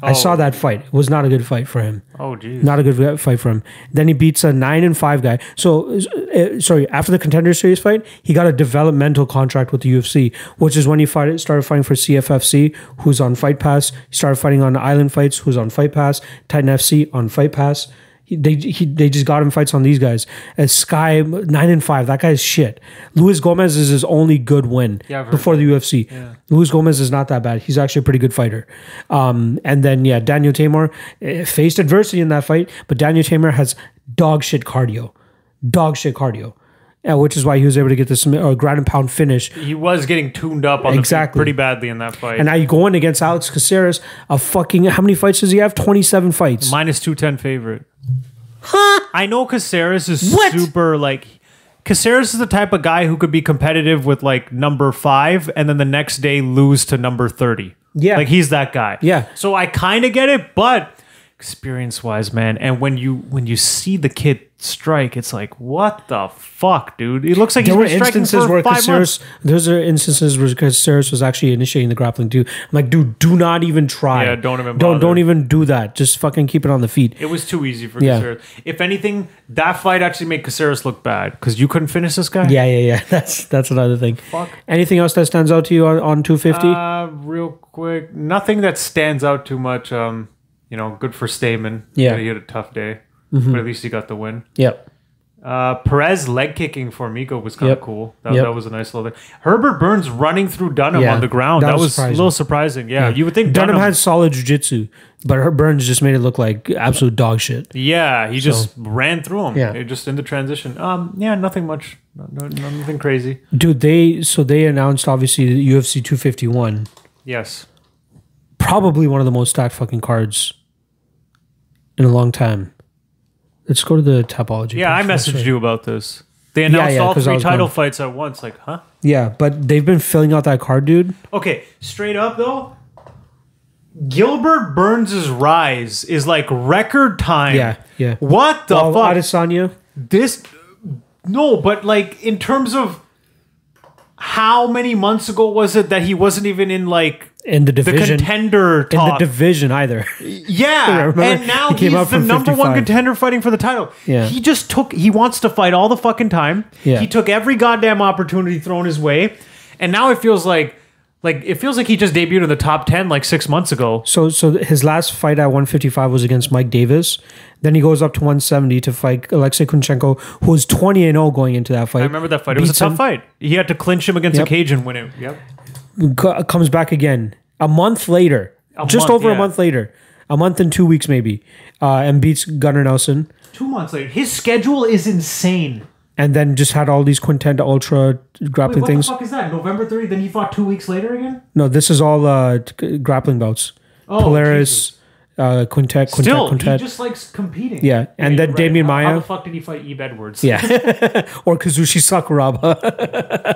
Speaker 2: I saw that fight. It was not a good fight for him.
Speaker 1: oh geez,
Speaker 2: Not a good fight for him. Then he beats a nine and five guy. So, uh, sorry, after the contender series fight, he got a developmental contract with the UFC, which is when he fight, started fighting for CFFC, who's on Fight Pass. He started fighting on Island Fights, who's on Fight Pass. Titan FC on Fight Pass. He, they he, they just got him fights on these guys. As Sky nine and five, that guy's shit. Luis Gomez is his only good win
Speaker 1: Yeah, I've heard
Speaker 2: before the UFC. Luis Gomez is not that bad. He's actually a pretty good fighter. Um, and then yeah, Daniel Tamor eh, faced adversity in that fight, but Daniel Tamor has dog shit cardio, dog shit cardio, uh, which is why he was able to get this uh, ground and pound finish.
Speaker 1: he was getting tuned up on the feet
Speaker 2: Exactly.
Speaker 1: pretty badly in that fight.
Speaker 2: And now you go in against Alex Caceres, a fucking how many fights does he have? Twenty seven fights.
Speaker 1: Minus 210 favorite. I know Caceres is
Speaker 2: What?
Speaker 1: super like. Caceres is the type of guy who could be competitive with like number five and then the next day lose to number 30.
Speaker 2: Yeah.
Speaker 1: Like he's that guy.
Speaker 2: Yeah.
Speaker 1: So I kind of get it, but experience wise, man. And when you when you see the kid strike, it's like, what the fuck, dude? It looks like
Speaker 2: There
Speaker 1: he's
Speaker 2: were
Speaker 1: been striking
Speaker 2: instances
Speaker 1: for
Speaker 2: where
Speaker 1: five months.
Speaker 2: Caceres, those are instances where Caceres was actually initiating the grappling too. I'm like, dude, do not even try.
Speaker 1: Yeah, don't even
Speaker 2: Don't
Speaker 1: bother.
Speaker 2: don't even do that. Just fucking keep it on the feet.
Speaker 1: It was too easy for
Speaker 2: Yeah.
Speaker 1: Caceres. If anything, that fight actually made Caceres look bad because you couldn't finish this guy.
Speaker 2: Yeah, yeah, yeah. <laughs> That's that's another thing.
Speaker 1: Fuck.
Speaker 2: Anything else that stands out to you on, on 250?
Speaker 1: Uh, real quick, nothing that stands out too much. Um, you know, good for Stamen.
Speaker 2: Yeah. Mm-hmm.
Speaker 1: he had a tough day, but at least he got the win.
Speaker 2: yep.
Speaker 1: Uh, Perez leg kicking for Miko was kind of
Speaker 2: Yep.
Speaker 1: cool. That,
Speaker 2: Yep.
Speaker 1: that was a nice little thing. Herbert Burns running through Dunham
Speaker 2: Yeah,
Speaker 1: on the ground.
Speaker 2: that
Speaker 1: That,
Speaker 2: was
Speaker 1: was, a
Speaker 2: surprising.
Speaker 1: little surprising. Yeah, you would think
Speaker 2: Dunham,
Speaker 1: Dunham,
Speaker 2: had solid jiu-jitsu, but her Burns just made it look like absolute dog shit.
Speaker 1: Yeah, he just ran through him.
Speaker 2: Yeah.
Speaker 1: It just in the transition. Um, yeah, nothing much. No, no, nothing crazy.
Speaker 2: Dude, they so they announced obviously UFC 251.
Speaker 1: Yes.
Speaker 2: Probably one of the most stacked fucking cards in a long time. Let's go to the topology.
Speaker 1: Yeah, I
Speaker 2: page first,
Speaker 1: messaged
Speaker 2: right?
Speaker 1: you about this. They announced
Speaker 2: yeah,
Speaker 1: all
Speaker 2: 'cause I
Speaker 1: three
Speaker 2: was
Speaker 1: title
Speaker 2: going-
Speaker 1: fights at once. Like, huh?
Speaker 2: Yeah, but they've been filling out that card, dude.
Speaker 1: Okay, straight up though, Gilbert Burns' rise is like record time.
Speaker 2: Yeah, yeah.
Speaker 1: What the
Speaker 2: All
Speaker 1: Oh, fuck?
Speaker 2: Adesanya.
Speaker 1: this no but like in terms of how many months ago was it that he wasn't even in like
Speaker 2: in the
Speaker 1: the
Speaker 2: division.
Speaker 1: contender
Speaker 2: in the
Speaker 1: talk?
Speaker 2: division either. <laughs>
Speaker 1: yeah,
Speaker 2: remember.
Speaker 1: and now
Speaker 2: He came
Speaker 1: he's
Speaker 2: up
Speaker 1: the
Speaker 2: from
Speaker 1: number one
Speaker 2: 55.
Speaker 1: contender fighting for the title.
Speaker 2: Yeah.
Speaker 1: he just took. He wants to fight all the fucking time.
Speaker 2: Yeah.
Speaker 1: he took every goddamn opportunity thrown his way, and now it feels like, like it feels like he just debuted in the top ten like six months ago.
Speaker 2: So so his last fight at 155 was against Mike Davis. Then he goes up to 170 to fight Alexei Kunchenko, who was 20 and 0 going into that fight.
Speaker 1: I remember that fight. It was a tough fight. He had to clinch him against
Speaker 2: Yep.
Speaker 1: a cage and win it. Yep.
Speaker 2: fight. Comes back again a month later, just
Speaker 1: month,
Speaker 2: over
Speaker 1: yeah.
Speaker 2: a month later, a month and two weeks maybe, uh, and beats Gunnar Nelson.
Speaker 1: Two months later, his schedule is insane.
Speaker 2: And then just had all these Quintenda Ultra grappling
Speaker 1: what
Speaker 2: things.
Speaker 1: the fuck is that? November 30, then he fought two weeks later again?
Speaker 2: No, this is all uh, t- grappling bouts.
Speaker 1: Oh, Jesus.
Speaker 2: Polaris, uh, Quintet, Quintet,
Speaker 1: Still, he
Speaker 2: Quintet.
Speaker 1: just likes competing.
Speaker 2: Yeah, and then
Speaker 1: you're
Speaker 2: Damian
Speaker 1: How- How
Speaker 2: Maia.
Speaker 1: the fuck did he fight Eve Edwards?
Speaker 2: Yeah. <laughs> or Kazushi Sakuraba. <laughs>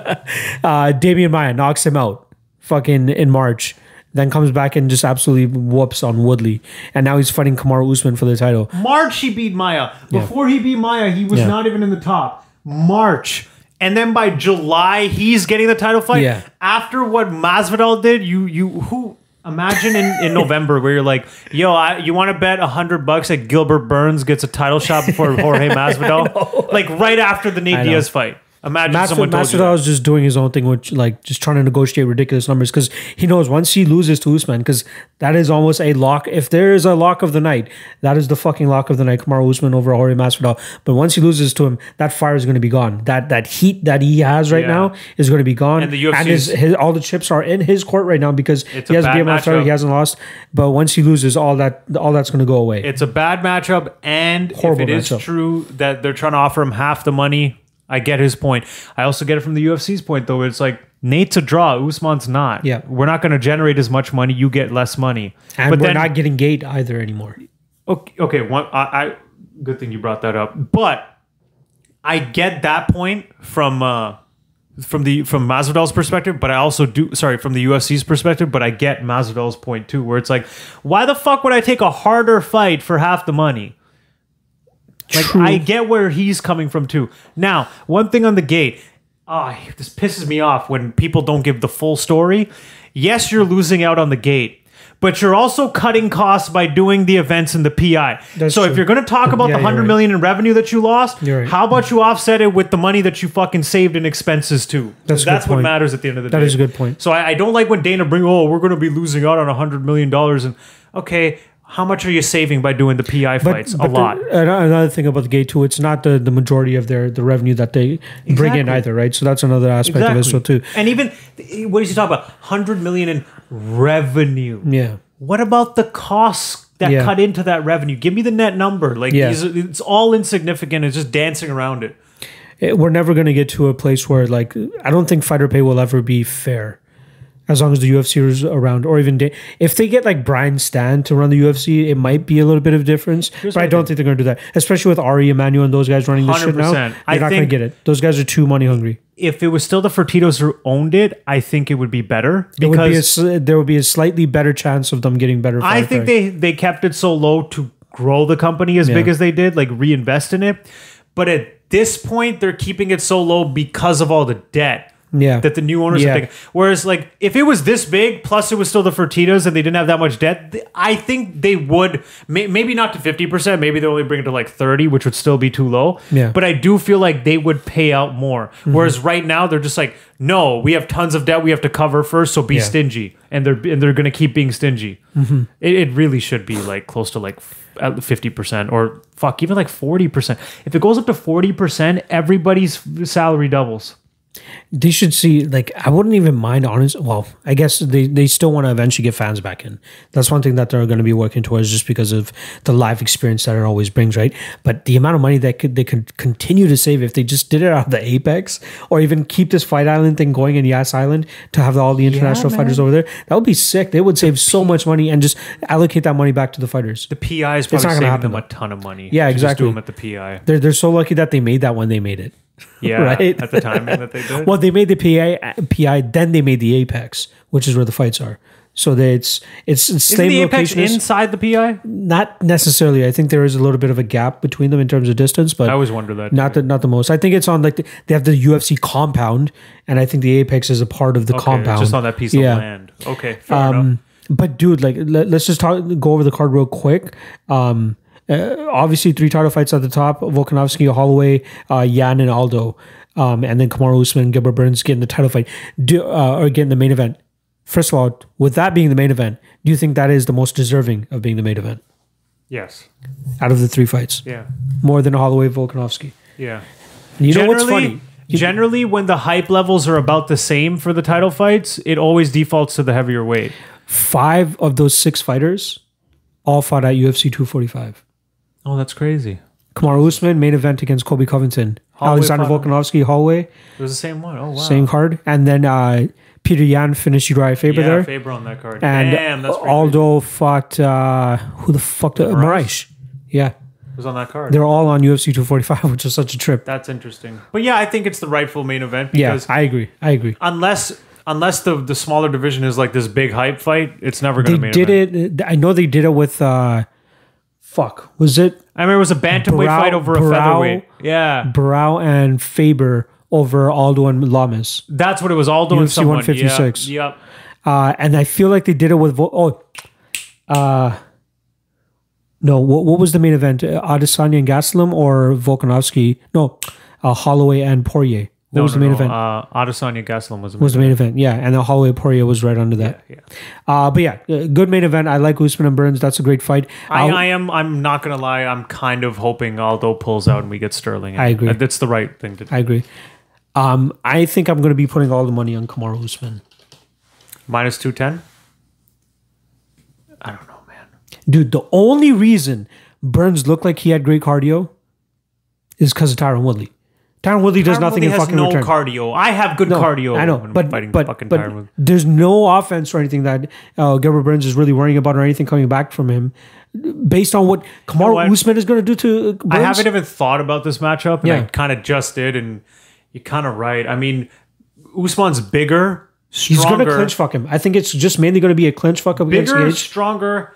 Speaker 2: uh, Damian Maya knocks him out fucking in March. Then comes back and just absolutely whoops on Woodley. And now he's fighting Kamaru Usman for the title.
Speaker 1: March, he beat Maya. Before he beat Maya, he was
Speaker 2: Yeah.
Speaker 1: not even in the top. March. And then by July, he's getting the title fight.
Speaker 2: Yeah.
Speaker 1: After what Masvidal did, you you who imagine in,
Speaker 2: <laughs>
Speaker 1: in November where you're like, yo, I, you want to bet hundred bucks that Gilbert Burns gets a title shot
Speaker 2: <laughs>
Speaker 1: before Jorge Masvidal, like right after the Nate Diaz fight. Imagine
Speaker 2: Masvidal,
Speaker 1: someone told you that.
Speaker 2: Masvidal is just doing his own thing, which like just trying to negotiate ridiculous numbers because he knows once he loses to Usman, because that is almost a lock. If there is a lock of the night, that is the fucking lock of the night. Kamaru Usman over Jorge Masvidal. But once he loses to him, that fire is going to be gone. That that heat that he has right
Speaker 1: Yeah.
Speaker 2: now is going to be gone.
Speaker 1: And the UFC
Speaker 2: his,
Speaker 1: is-
Speaker 2: his- all the chips are in his court right now because
Speaker 1: It's
Speaker 2: he
Speaker 1: a
Speaker 2: has a
Speaker 1: bad
Speaker 2: game on Saturday,
Speaker 1: matchup.
Speaker 2: he hasn't lost. But once he loses, all that all that's going to go away.
Speaker 1: It's a bad matchup, and
Speaker 2: Horrible
Speaker 1: if it is
Speaker 2: matchup.
Speaker 1: true that they're trying to offer him half the money, I get his point. I also get it from the UFC's point though. It's like Nate's a draw, Usman's not.
Speaker 2: Yeah.
Speaker 1: we're not going to generate as much money. You get less money.
Speaker 2: and
Speaker 1: but
Speaker 2: we're
Speaker 1: then,
Speaker 2: not getting gate either anymore.
Speaker 1: okay, okay. One, I, I, good thing you brought that up. But I get that point from. uh from the from Masvidal's perspective, but I also do sorry from the UFC's perspective, but I get Masvidal's point too, where it's like, why the fuck would I take a harder fight for half the money? Like
Speaker 2: True.
Speaker 1: I get where he's coming from too. Now, one thing on the gate, ah, this pisses me off when people don't give the full story. Yes, you're losing out on the gate, but you're also cutting costs by doing the events in the PI.
Speaker 2: That's
Speaker 1: so if
Speaker 2: true.
Speaker 1: you're going to talk about
Speaker 2: Yeah,
Speaker 1: the
Speaker 2: you're
Speaker 1: hundred
Speaker 2: right.
Speaker 1: million in revenue that you lost,
Speaker 2: You're right.
Speaker 1: how about you offset it with the money that you fucking saved in expenses too?
Speaker 2: That's a good
Speaker 1: that's what
Speaker 2: point.
Speaker 1: matters at the end of the day.
Speaker 2: That is a good point.
Speaker 1: So I, I don't like when Dana bring, oh, we're going to be losing out on a hundred million dollars, and okay, how much are you saving by doing the PI fights? a
Speaker 2: the-
Speaker 1: lot.
Speaker 2: ano- another thing about the gate too, it's not the, the majority of their the revenue that they bring in
Speaker 1: Exactly.
Speaker 2: either, right? So that's another aspect of it. So too,
Speaker 1: And even what is he talking about? Hundred million in revenue.
Speaker 2: yeah,
Speaker 1: What about the costs that
Speaker 2: Yeah.
Speaker 1: cut into that revenue? Give me the net number. Like
Speaker 2: Yeah.
Speaker 1: these, it's all insignificant. It's just dancing around it.
Speaker 2: It- we're never going to get to a place where like I don't think fighter pay will ever be fair, as long as the UFC is around, or even da- if they get like Brian Stan to run the UFC, it might be a little bit of difference. but
Speaker 1: my
Speaker 2: I don't think they're going to do that, especially with Ari Emanuel and those guys running this shit
Speaker 1: 100%.
Speaker 2: now. They're
Speaker 1: I
Speaker 2: not going to
Speaker 1: think-
Speaker 2: get it. Those guys are too money hungry.
Speaker 1: if it was still the Fertitos who owned it, I think it would be better
Speaker 2: It would be a,
Speaker 1: because
Speaker 2: sli- there would be a slightly better chance of them getting better.
Speaker 1: I think
Speaker 2: firecrackers.
Speaker 1: they they kept it so low to grow the company as big as they did, like reinvest in it. But at this point, they're keeping it so low because of all the debt.
Speaker 2: Yeah.
Speaker 1: That the new owners
Speaker 2: Yeah.
Speaker 1: are taking. Whereas, like, if it was this big, plus it was still the Fertitas and they didn't have that much debt, th- I think they would, may, maybe not to 50%, maybe they only bring it to like 30, which would still be too low.
Speaker 2: Yeah. Mm-hmm.
Speaker 1: But I do feel like they would pay out more. Whereas right now, they're just like, no, we have tons of debt we have to cover first, so be
Speaker 2: Yeah. Mm-hmm.
Speaker 1: stingy. And they're and they're going to keep being stingy. It, it really should be like close to like fifty percent or fuck even like forty percent. If it goes up to forty percent, everybody's salary doubles.
Speaker 2: they should see like I wouldn't even mind honest. Well, I guess they, they still want to eventually get fans back in. That's one thing that they're going to be working towards just because of the live experience that it always brings, right? But the amount of money that could they could continue to save if they just did it out of the apex or even keep this fight island thing going in Yas Island to have all the international fighters over there, that would be sick. They would save so much money and just allocate that money back to the fighters.
Speaker 1: The PI is
Speaker 2: not
Speaker 1: probably
Speaker 2: gonna
Speaker 1: saving
Speaker 2: happen,
Speaker 1: them
Speaker 2: though.
Speaker 1: a ton of money.
Speaker 2: Yeah,
Speaker 1: to just
Speaker 2: exactly.
Speaker 1: do them at the
Speaker 2: <laughs>
Speaker 1: PI.
Speaker 2: They're they're so lucky that they made that when they made it.
Speaker 1: Yeah,
Speaker 2: Right?
Speaker 1: at the timing that they
Speaker 2: <laughs>
Speaker 1: did.
Speaker 2: Well, they made the PI, PI, then they made the Apex, which is where the fights are. So that it's it's, it's
Speaker 1: Isn't
Speaker 2: same
Speaker 1: the Apex
Speaker 2: location. as-
Speaker 1: inside the PI?
Speaker 2: not necessarily. I think there is a little bit of a gap between them in terms of distance, but
Speaker 1: I always wonder that.
Speaker 2: not the not the most. I think it's on like the, they have the UFC compound, and I think the Apex is a part of the
Speaker 1: Okay,
Speaker 2: compound.
Speaker 1: just on that piece
Speaker 2: Yeah.
Speaker 1: of land. Okay, fair enough.
Speaker 2: Um, but dude, like let, let's just talk, go over the card real quick. Um, uh, obviously, three title fights at the top: Volkanovski, Holloway, uh, Yan, and Aldo, um, and then Kamaru Usman, and Gilbert Burns getting the title fight, do, uh, or getting the main event. First of all, with that being the main event, do you think that is the most deserving of being the main event
Speaker 1: Yes.
Speaker 2: out of the three fights?
Speaker 1: Yeah.
Speaker 2: More than Holloway, Volkanovski.
Speaker 1: Yeah.
Speaker 2: You know what's
Speaker 1: generally,
Speaker 2: funny?
Speaker 1: generally when the hype levels are about the same for the title fights, it always defaults to the heavier weight.
Speaker 2: Five of those six fighters all fought at UFC 245.
Speaker 1: Oh, that's crazy.
Speaker 2: Kamaru Usman main event against Kobe Covington.
Speaker 1: Holloway
Speaker 2: Alexander
Speaker 1: fought him.
Speaker 2: Volkanovski Holloway
Speaker 1: It was the same one. Oh wow.
Speaker 2: same card, and then uh, Peter Yan finished Uriah Faber
Speaker 1: yeah,
Speaker 2: there,
Speaker 1: Faber on that card.
Speaker 2: and uh,
Speaker 1: Damn, that's pretty crazy.
Speaker 2: Aldo fought uh, who the fuck did,
Speaker 1: Moraes?
Speaker 2: Moraes. Yeah,
Speaker 1: It was on that card.
Speaker 2: they're all on UFC 245, <laughs> which is such a trip.
Speaker 1: That's interesting. But yeah, I think it's the rightful main event
Speaker 2: Yeah,
Speaker 1: because
Speaker 2: I agree. I agree.
Speaker 1: unless unless the the smaller division is like this big hype fight, it's never
Speaker 2: They
Speaker 1: going to main
Speaker 2: did
Speaker 1: event.
Speaker 2: it. I know they did it with. Uh, fuck, was it
Speaker 1: I remember it was a bantamweight
Speaker 2: Brow-
Speaker 1: fight over a
Speaker 2: Brow-
Speaker 1: featherweight. Yeah,
Speaker 2: Brow and Faber over Aldo and Lamas?
Speaker 1: that's what it was. Aldo and
Speaker 2: UFC
Speaker 1: someone.
Speaker 2: 156.
Speaker 1: Yeah. Yep.
Speaker 2: Uh, and I feel like they did it with Vol- oh, uh, no. What, what was the main event? Uh, Adesanya and Gaslam or Volkanovski? No, uh, Holloway and Poirier. What
Speaker 1: No,
Speaker 2: was
Speaker 1: no,
Speaker 2: the main
Speaker 1: no.
Speaker 2: event?
Speaker 1: Uh, Adesanya Gaslam was the main
Speaker 2: was the main event? Yeah, and then Holloway Poirier was right under that.
Speaker 1: yeah.
Speaker 2: Uh, but yeah, uh, good main event. I like Usman and Burns. That's a great fight.
Speaker 1: I,
Speaker 2: I'll-
Speaker 1: I am. I'm not gonna lie. I'm kind of hoping Aldo pulls out and we get Sterling. in.
Speaker 2: I agree.
Speaker 1: Uh, That's the right thing to do.
Speaker 2: I agree. Um, I think I'm going to be putting all the money on Kamaru Usman.
Speaker 1: Minus two ten. I don't know, man.
Speaker 2: Dude, the only reason Burns looked like he had great cardio is because of Tyron Woodley. Tyron Woodley does
Speaker 1: Tyron
Speaker 2: nothing
Speaker 1: Woodley
Speaker 2: in
Speaker 1: has
Speaker 2: fucking
Speaker 1: no
Speaker 2: return.
Speaker 1: cardio. I have good cardio.
Speaker 2: I know,
Speaker 1: when I'm
Speaker 2: but
Speaker 1: fighting
Speaker 2: but,
Speaker 1: fucking Tyron
Speaker 2: but
Speaker 1: Woodley.
Speaker 2: there's no offense or anything that uh, Gilbert Burns is really worrying about or anything coming back from him, based on what Kamaru
Speaker 1: what?
Speaker 2: Usman is going to do to Burns.
Speaker 1: I haven't even thought about this matchup, and I
Speaker 2: Yeah.
Speaker 1: kind of just did. And you're kind of right. I mean, Usman's bigger,
Speaker 2: He's going
Speaker 1: stronger,
Speaker 2: to clinch fuck him. I think it's just mainly going to be a clinch fuck up against
Speaker 1: bigger,
Speaker 2: Gage.
Speaker 1: stronger.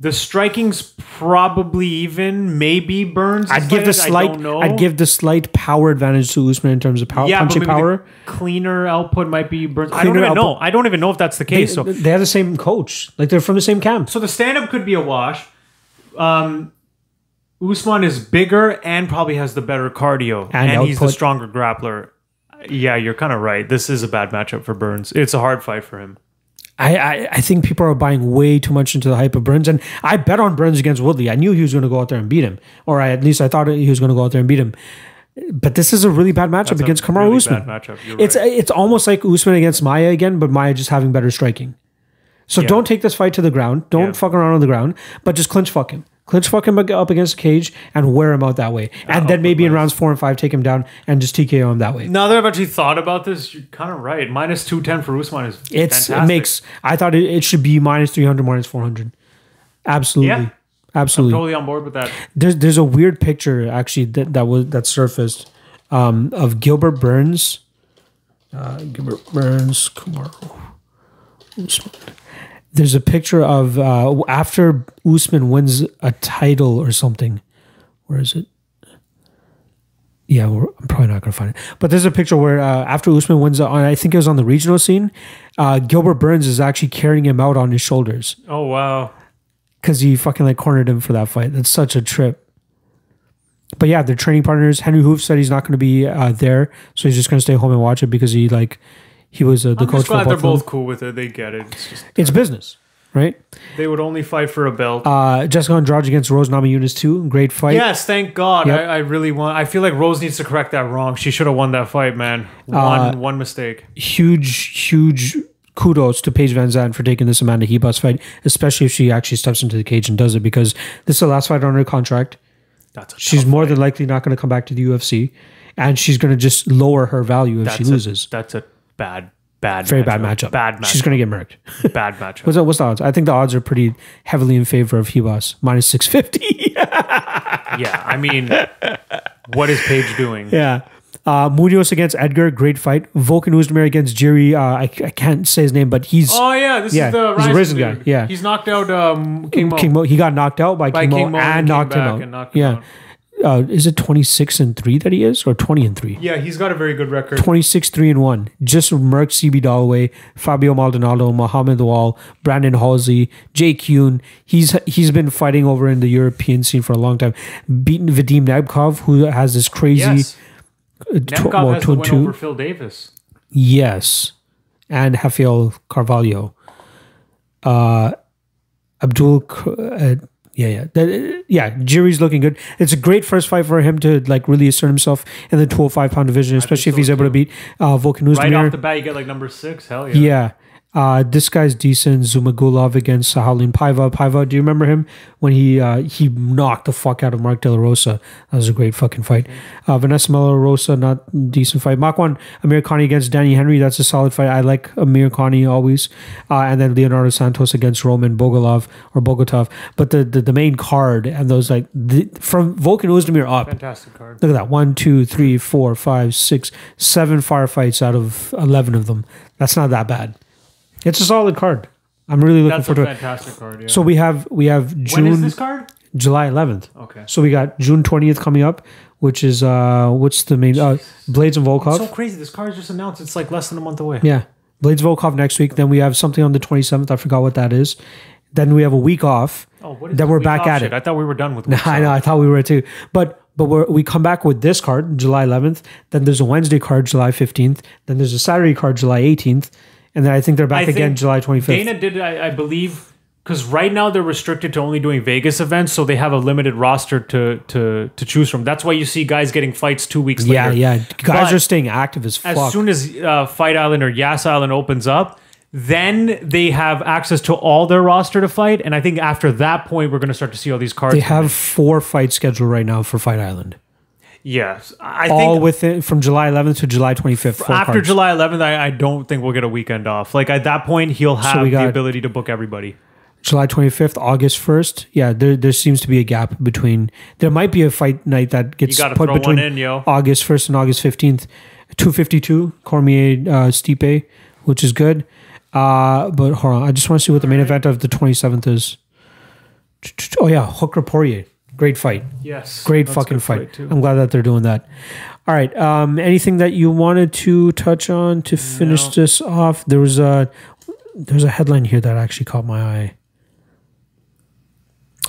Speaker 1: The striking's probably even, maybe Burns.
Speaker 2: I'd give the
Speaker 1: slight.
Speaker 2: slight. I'd give the slight power advantage to Usman in terms of power, punching
Speaker 1: but maybe
Speaker 2: power.
Speaker 1: the cleaner output might be Burns. I don't
Speaker 2: Cleaner
Speaker 1: even know.
Speaker 2: output.
Speaker 1: I don't even know if that's the case. so,
Speaker 2: they have the same coach. Like they're from the same camp.
Speaker 1: so the stand up could be a wash. Um, Usman is bigger and probably has the better cardio, and,
Speaker 2: And
Speaker 1: he's the
Speaker 2: output.
Speaker 1: stronger grappler. Yeah, you're kind of right. This is a bad matchup for Burns. It's a hard fight for him.
Speaker 2: I, I, I think people are buying way too much into the hype of Burns, and I bet on Burns against Woodley. I knew he was going to go out there and beat him, or I, at least I thought he was going to go out there and beat him. But this is a really bad matchup
Speaker 1: It's
Speaker 2: against
Speaker 1: a
Speaker 2: Kamaru
Speaker 1: really
Speaker 2: Usman.
Speaker 1: Bad matchup. You're
Speaker 2: It's
Speaker 1: right.
Speaker 2: it's almost like Usman against Maya again, but Maya just having better striking. So don't take this fight to the ground. Don't fuck around on the ground, but just clinch fuck him. Clinch fuck him up against the cage and wear him out that way. And then maybe in rounds four and five, take him down and just TKO him that way.
Speaker 1: now that I've actually thought about this, you're kind of right. Minus two ten for Usman is
Speaker 2: It's
Speaker 1: fantastic.
Speaker 2: it makes. I thought it, it should be minus three hundred, minus four hundred. Absolutely,
Speaker 1: Yeah.
Speaker 2: absolutely.
Speaker 1: totally on board with that.
Speaker 2: there's there's a weird picture actually that that was that surfaced um, of Gilbert Burns uh, Gilbert Burns, Kumar Usman. There's a picture of uh, after Usman wins a title or something. Where is it? Yeah, we're, I'm probably not gonna find it. But there's a picture where uh, after Usman wins, on I think it was on the regional scene, uh, Gilbert Burns is actually carrying him out on his shoulders
Speaker 1: Oh wow.
Speaker 2: because he fucking like cornered him for that fight. That's such a trip. But yeah, their training partners. Henry Hoof said he's not going to be uh, there, so he's just going to stay home and watch it because he like he was uh, the
Speaker 1: I'm
Speaker 2: coach
Speaker 1: just
Speaker 2: for
Speaker 1: glad they're
Speaker 2: both.
Speaker 1: both
Speaker 2: both-
Speaker 1: cool with it. They get it. It's just,
Speaker 2: it's business, right?
Speaker 1: they would only fight for a belt.
Speaker 2: Uh, Jessica Andrade against Rose Namajunas too. Great fight.
Speaker 1: yes, thank God.
Speaker 2: Yep.
Speaker 1: I, I really want. I feel like Rose needs to correct that wrong. She should have won that fight, man. One
Speaker 2: Uh,
Speaker 1: one mistake.
Speaker 2: Huge, huge kudos to Paige Van Zandt for taking this Amanda Hebus fight, especially if she actually steps into the cage and does it because this is the last fight on her contract.
Speaker 1: That's a
Speaker 2: She's
Speaker 1: tough
Speaker 2: more than likely not going to come back to the UFC, and she's going to just lower her value if
Speaker 1: that's
Speaker 2: she
Speaker 1: a-
Speaker 2: loses.
Speaker 1: that's a bad, bad,
Speaker 2: Very bad matchup.
Speaker 1: Bad matchup.
Speaker 2: She's going to get murked.
Speaker 1: bad matchup.
Speaker 2: What's, the- what's the odds? I think the odds are pretty heavily in favor of Hibas,
Speaker 1: <laughs>
Speaker 2: minus 650.
Speaker 1: yeah, I mean, what is Paige doing?
Speaker 2: yeah. Uh, Munoz against Edgar, great fight. Vulcan Uzdemir against Jerry, uh, I, I can't say his name, but he's
Speaker 1: Oh yeah, this
Speaker 2: Yeah,
Speaker 1: is the
Speaker 2: he's a
Speaker 1: Ryzen
Speaker 2: risen guy,
Speaker 1: dude.
Speaker 2: yeah.
Speaker 1: he's knocked out um, King Mo.
Speaker 2: King Mo. He got knocked out by,
Speaker 1: By
Speaker 2: King, Mo,
Speaker 1: King Mo
Speaker 2: and
Speaker 1: and came
Speaker 2: knocked him
Speaker 1: back
Speaker 2: out.
Speaker 1: and knocked him
Speaker 2: yeah. Uh, is it 26 and 3 that he is, or 20 and 3?
Speaker 1: Yeah, he's got a very good record.
Speaker 2: 26 3 and 1. Just murked CB Dalloway, Fabio Maldonado, Mohamed Wall, Brandon Halsey, Jake Yoon. He's he's been fighting over in the European scene for a long time. Beaten Vadim Nabkov, who has this crazy
Speaker 1: Yes,
Speaker 2: uh, tw-
Speaker 1: Nemkov
Speaker 2: well,
Speaker 1: has
Speaker 2: tw-
Speaker 1: the win
Speaker 2: two-
Speaker 1: over Phil Davis.
Speaker 2: Yes. And Rafael Carvalho. Uh, Abdul. K- Uh, yeah, yeah. That- uh, yeah, Jiri's looking good. It's a great first fight for him to like really assert himself in the 205 pound division, especially if
Speaker 1: so
Speaker 2: he's able to beat uh, Volkan Uzdemir.
Speaker 1: Right off the bat, you get like number six. Hell yeah.
Speaker 2: Yeah. Uh, this guy's decent. Zumagulov against Sahalin Paiva. Paiva, do you remember him when he uh, he knocked the fuck out of Mark De La Rosa? That was a great fucking fight. Uh, Vanessa Mela Rosa, not decent fight. Makwan Amir Khani against Danny Henry. That's a solid fight. I like Amir Khani always. Uh, and then Leonardo Santos against Roman Bogolov or Bogotov. But the, the, the main card and those like the, from Volkan Uzdemir up,
Speaker 1: Fantastic card.
Speaker 2: Look at that. One, two, three, four, five, six, seven firefights out of 11 of them. That's not that bad. It's a solid card. I'm really looking
Speaker 1: That's a
Speaker 2: forward to it.
Speaker 1: fantastic card. Yeah.
Speaker 2: So we have we have
Speaker 1: when is
Speaker 2: June
Speaker 1: this card?
Speaker 2: July 11th.
Speaker 1: Okay.
Speaker 2: So we got June 20th coming up, which is uh what's the main uh Blades and Volkov.
Speaker 1: So crazy. This card just announced. It's like less than a month away.
Speaker 2: yeah. Blades Volkov next week, then we have something on the 27th. I forgot what that is. Then we have a week off.
Speaker 1: Oh, what is
Speaker 2: Then
Speaker 1: this
Speaker 2: we're
Speaker 1: week
Speaker 2: back
Speaker 1: off
Speaker 2: at
Speaker 1: shit?
Speaker 2: it.
Speaker 1: I thought we were done with.
Speaker 2: <laughs> I know. I thought we were too, but but we're, we come back with this card, July 11th. Then there's a Wednesday card, July 15th. Then there's a Saturday card, July 18th, and then I think they're back
Speaker 1: I
Speaker 2: again,
Speaker 1: think
Speaker 2: July 25th.
Speaker 1: Dana did, I, I believe, because right now they're restricted to only doing Vegas events, so they have a limited roster to to to choose from. That's why you see guys getting fights two weeks
Speaker 2: yeah,
Speaker 1: later.
Speaker 2: yeah. Guys
Speaker 1: But
Speaker 2: are staying active as
Speaker 1: As
Speaker 2: fuck.
Speaker 1: soon as uh, Fight Island or Yas Island opens up, then they have access to all their roster to fight, and I think after that point we're going to start to see all these cards.
Speaker 2: they have four fights scheduled right now for Fight Island,
Speaker 1: yes, I
Speaker 2: all
Speaker 1: think.
Speaker 2: within from July 11th to July 25th. Four
Speaker 1: After
Speaker 2: cards.
Speaker 1: July 11th, I, I don't think we'll get a weekend off. Like at that point, he'll have
Speaker 2: we got-
Speaker 1: the ability to book everybody.
Speaker 2: July 25th, August 1st. Yeah, there, there seems to be a gap between. There might be a fight night that gets
Speaker 1: gotta
Speaker 2: put
Speaker 1: throw one
Speaker 2: between
Speaker 1: in, yo.
Speaker 2: August 1st and August 15th. 252, Cormier uh, Stipe, which is good. Uh, but hold on, I just want to see what the main event of the 27th is. Oh, yeah, Hooker Poirier. Great fight.
Speaker 1: Yes,
Speaker 2: Great
Speaker 1: that's a
Speaker 2: fucking
Speaker 1: good
Speaker 2: fight.
Speaker 1: too.
Speaker 2: I'm glad that they're doing that. All right. Um, anything that you wanted to touch on to finish
Speaker 1: No.
Speaker 2: this off? There was a there's a headline here that actually caught my eye.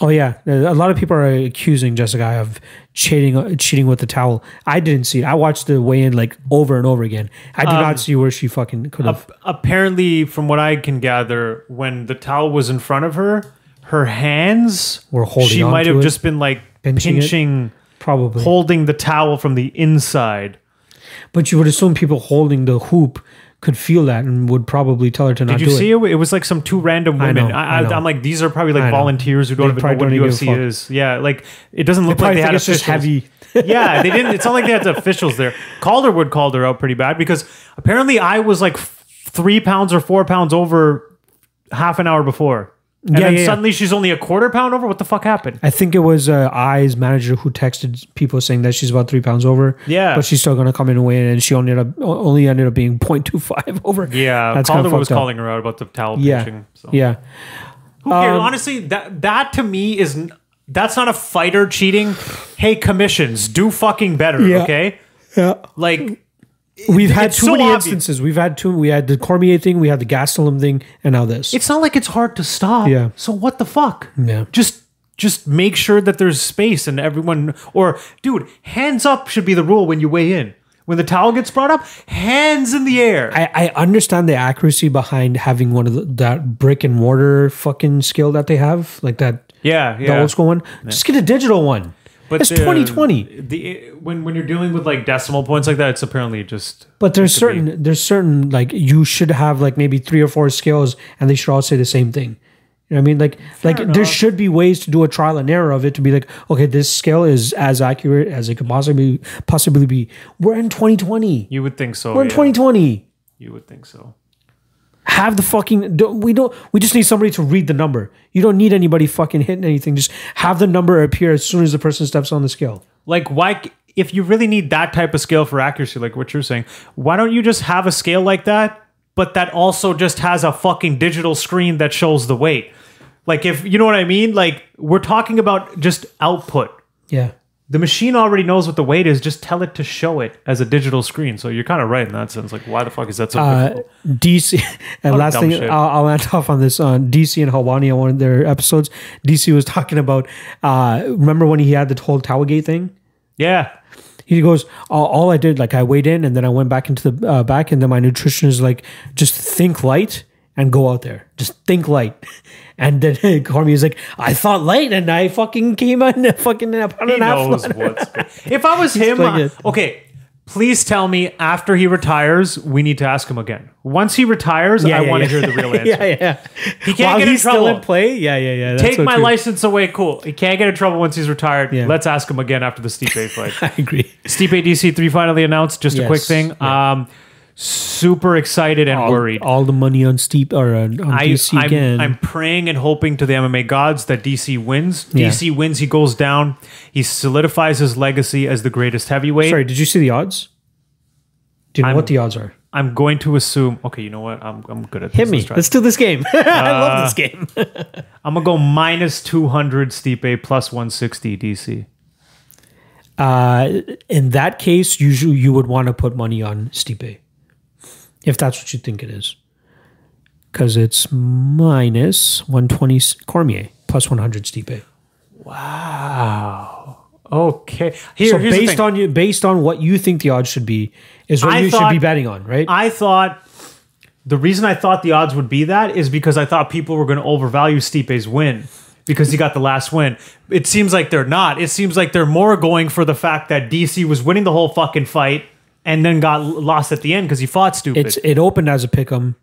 Speaker 2: Oh yeah, a lot of people are accusing Jessica of cheating cheating with the towel. I didn't see it. I watched the weigh in like over and over again. I did
Speaker 1: Um,
Speaker 2: not see where she fucking could have.
Speaker 1: apparently from what i can gather when the towel was in front of her her hands
Speaker 2: Were holding
Speaker 1: she
Speaker 2: on
Speaker 1: might
Speaker 2: to
Speaker 1: have
Speaker 2: it,
Speaker 1: just been like
Speaker 2: pinching
Speaker 1: pinching,
Speaker 2: it. Probably,
Speaker 1: holding the towel from the inside
Speaker 2: but you would assume people holding the hoop could feel that and would probably tell her to not
Speaker 1: did
Speaker 2: do
Speaker 1: you
Speaker 2: it.
Speaker 1: see it? It was like some two random
Speaker 2: I
Speaker 1: women.
Speaker 2: know,
Speaker 1: I,
Speaker 2: I
Speaker 1: I,
Speaker 2: know.
Speaker 1: am like, these are probably like
Speaker 2: I know.
Speaker 1: volunteers who
Speaker 2: They
Speaker 1: don't even
Speaker 2: probably
Speaker 1: know what
Speaker 2: don't give
Speaker 1: UFC
Speaker 2: a fuck.
Speaker 1: is. Yeah, like it doesn't look like
Speaker 2: Probably
Speaker 1: they had
Speaker 2: think it's just
Speaker 1: officials. <laughs>
Speaker 2: heavy.
Speaker 1: yeah, they didn't. It's not like they had the officials there. Calderwood called her out pretty bad because apparently I was like f- three pounds or four pounds over half an hour before. And
Speaker 2: yeah,
Speaker 1: then
Speaker 2: yeah, yeah.
Speaker 1: suddenly she's only a quarter pound over? What the fuck happened?
Speaker 2: I think it was uh, I's manager who texted people saying that she's about three pounds over.
Speaker 1: Yeah.
Speaker 2: but she's still gonna come in and weigh in, and she only ended up o- only ended up being <laughs> 0.25 over.
Speaker 1: Yeah,
Speaker 2: that's kind
Speaker 1: Calder
Speaker 2: of
Speaker 1: was
Speaker 2: fucked up.
Speaker 1: calling her out about the towel
Speaker 2: Yeah,
Speaker 1: pinching. So.
Speaker 2: yeah,
Speaker 1: Who
Speaker 2: Um,
Speaker 1: cares? Honestly, that that to me is n- that's not a fighter cheating. Hey, commissions, do fucking better,
Speaker 2: Yeah.
Speaker 1: okay?
Speaker 2: yeah.
Speaker 1: Like
Speaker 2: We've had
Speaker 1: it's
Speaker 2: too
Speaker 1: so
Speaker 2: many
Speaker 1: obvious.
Speaker 2: instances. We've had too. We had the Cormier thing. We had the Gastelum thing, and now this.
Speaker 1: it's not like it's hard to stop.
Speaker 2: Yeah.
Speaker 1: So what the fuck?
Speaker 2: Yeah.
Speaker 1: Just just make sure that there's space and everyone or dude, hands up should be the rule when you weigh in. When the towel gets brought up, hands in the air.
Speaker 2: I, I understand the accuracy behind having one of the, that brick and mortar fucking skill that they have, like that
Speaker 1: yeah,
Speaker 2: the
Speaker 1: yeah.
Speaker 2: old school one. Just get a digital one. But it's
Speaker 1: the-
Speaker 2: 2020.
Speaker 1: The when when you're dealing with like decimal points like that, it's apparently just
Speaker 2: But there's certain there's certain like you should have like maybe three or four skills, and they should all say the same thing. You know what I mean? Like like there
Speaker 1: enough.
Speaker 2: should be ways to do a trial and error of it to be like, okay, this skill is as accurate as it could possibly possibly be. We're in 2020.
Speaker 1: you would think so.
Speaker 2: We're in
Speaker 1: yeah.
Speaker 2: 2020.
Speaker 1: You would think so.
Speaker 2: have the fucking don't, we don't we just need somebody to read the number you don't need anybody fucking hitting anything just have the number appear as soon as the person steps on the scale
Speaker 1: Like, why, if you really need that type of scale for accuracy, like what you're saying, why don't you just have a scale like that, but that also just has a fucking digital screen that shows the weight? Like, if you know what I mean? Like, we're talking about just output.
Speaker 2: yeah
Speaker 1: The machine already knows what the weight is, just tell it to show it as a digital screen. So you're kind of right in that sense. Like, why the fuck is that so
Speaker 2: uh,
Speaker 1: difficult?
Speaker 2: DC <laughs> and last
Speaker 1: dumb
Speaker 2: thing
Speaker 1: shit.
Speaker 2: I'll, I'll end off on this on DC and Hawani on one of their episodes DC was talking about uh, remember when he had the whole Towergate thing <laughs>
Speaker 1: Yeah.
Speaker 2: he goes all, all I did like I weighed in and then I went back into the uh, back and then my nutritionist like just think light and go out there just think light <laughs> and then <laughs> Cormier's like I thought light and I fucking came on fucking a pound
Speaker 1: He
Speaker 2: and a half
Speaker 1: knows <laughs>
Speaker 2: lighter."
Speaker 1: what's. If I was him,
Speaker 2: playing
Speaker 1: I-
Speaker 2: it.
Speaker 1: okay. Please tell me after he retires, we need to ask him again. Once he retires, I
Speaker 2: <laughs> yeah,
Speaker 1: want to
Speaker 2: yeah.
Speaker 1: hear the real answer.
Speaker 2: <laughs> yeah yeah he
Speaker 1: can't get in
Speaker 2: he's still
Speaker 1: trouble.
Speaker 2: in play yeah yeah yeah that's
Speaker 1: Take
Speaker 2: so
Speaker 1: my
Speaker 2: true.
Speaker 1: license away. Cool. He can't get in trouble once he's retired.
Speaker 2: Yeah.
Speaker 1: Let's ask him again after the Stipe fight. <laughs>
Speaker 2: <laughs> I agree
Speaker 1: Stipe DC3 finally announced. Just a quick
Speaker 2: Yes.
Speaker 1: thing. Um, super excited and worried.
Speaker 2: all the money on steep or on, on
Speaker 1: I,
Speaker 2: DC
Speaker 1: am
Speaker 2: again
Speaker 1: I'm praying and hoping to the MMA gods that DC wins.
Speaker 2: Yeah.
Speaker 1: DC wins. He goes down. He solidifies his legacy as the greatest heavyweight.
Speaker 2: sorry did you see the odds do you know
Speaker 1: I'm-
Speaker 2: what the odds are
Speaker 1: I'm going to assume. Okay, you know what? I'm, I'm good at this.
Speaker 2: hit me
Speaker 1: Let's try
Speaker 2: let's Uh, do this game I love this game
Speaker 1: it. I'm gonna go minus 200 Stipe plus 160 DC.
Speaker 2: Uh, in that case, usually you would want to put money on Stipe, if that's what you think it is, because it's minus one twenty Cormier plus one hundred Stipe.
Speaker 1: Okay. Here,
Speaker 2: So
Speaker 1: here's the thing.
Speaker 2: based on you, based on what you think the odds should be, is what
Speaker 1: I
Speaker 2: you should be
Speaker 1: thought-
Speaker 2: betting on, right?
Speaker 1: I thought the reason I thought the odds would be that is because I thought people were going to overvalue Stipe's win because he got the last win. It seems like they're not. It seems like they're more going for the fact that DC was winning the whole fucking fight and then got l- lost at the end because he fought stupid.
Speaker 2: it's it opened as a pick'em,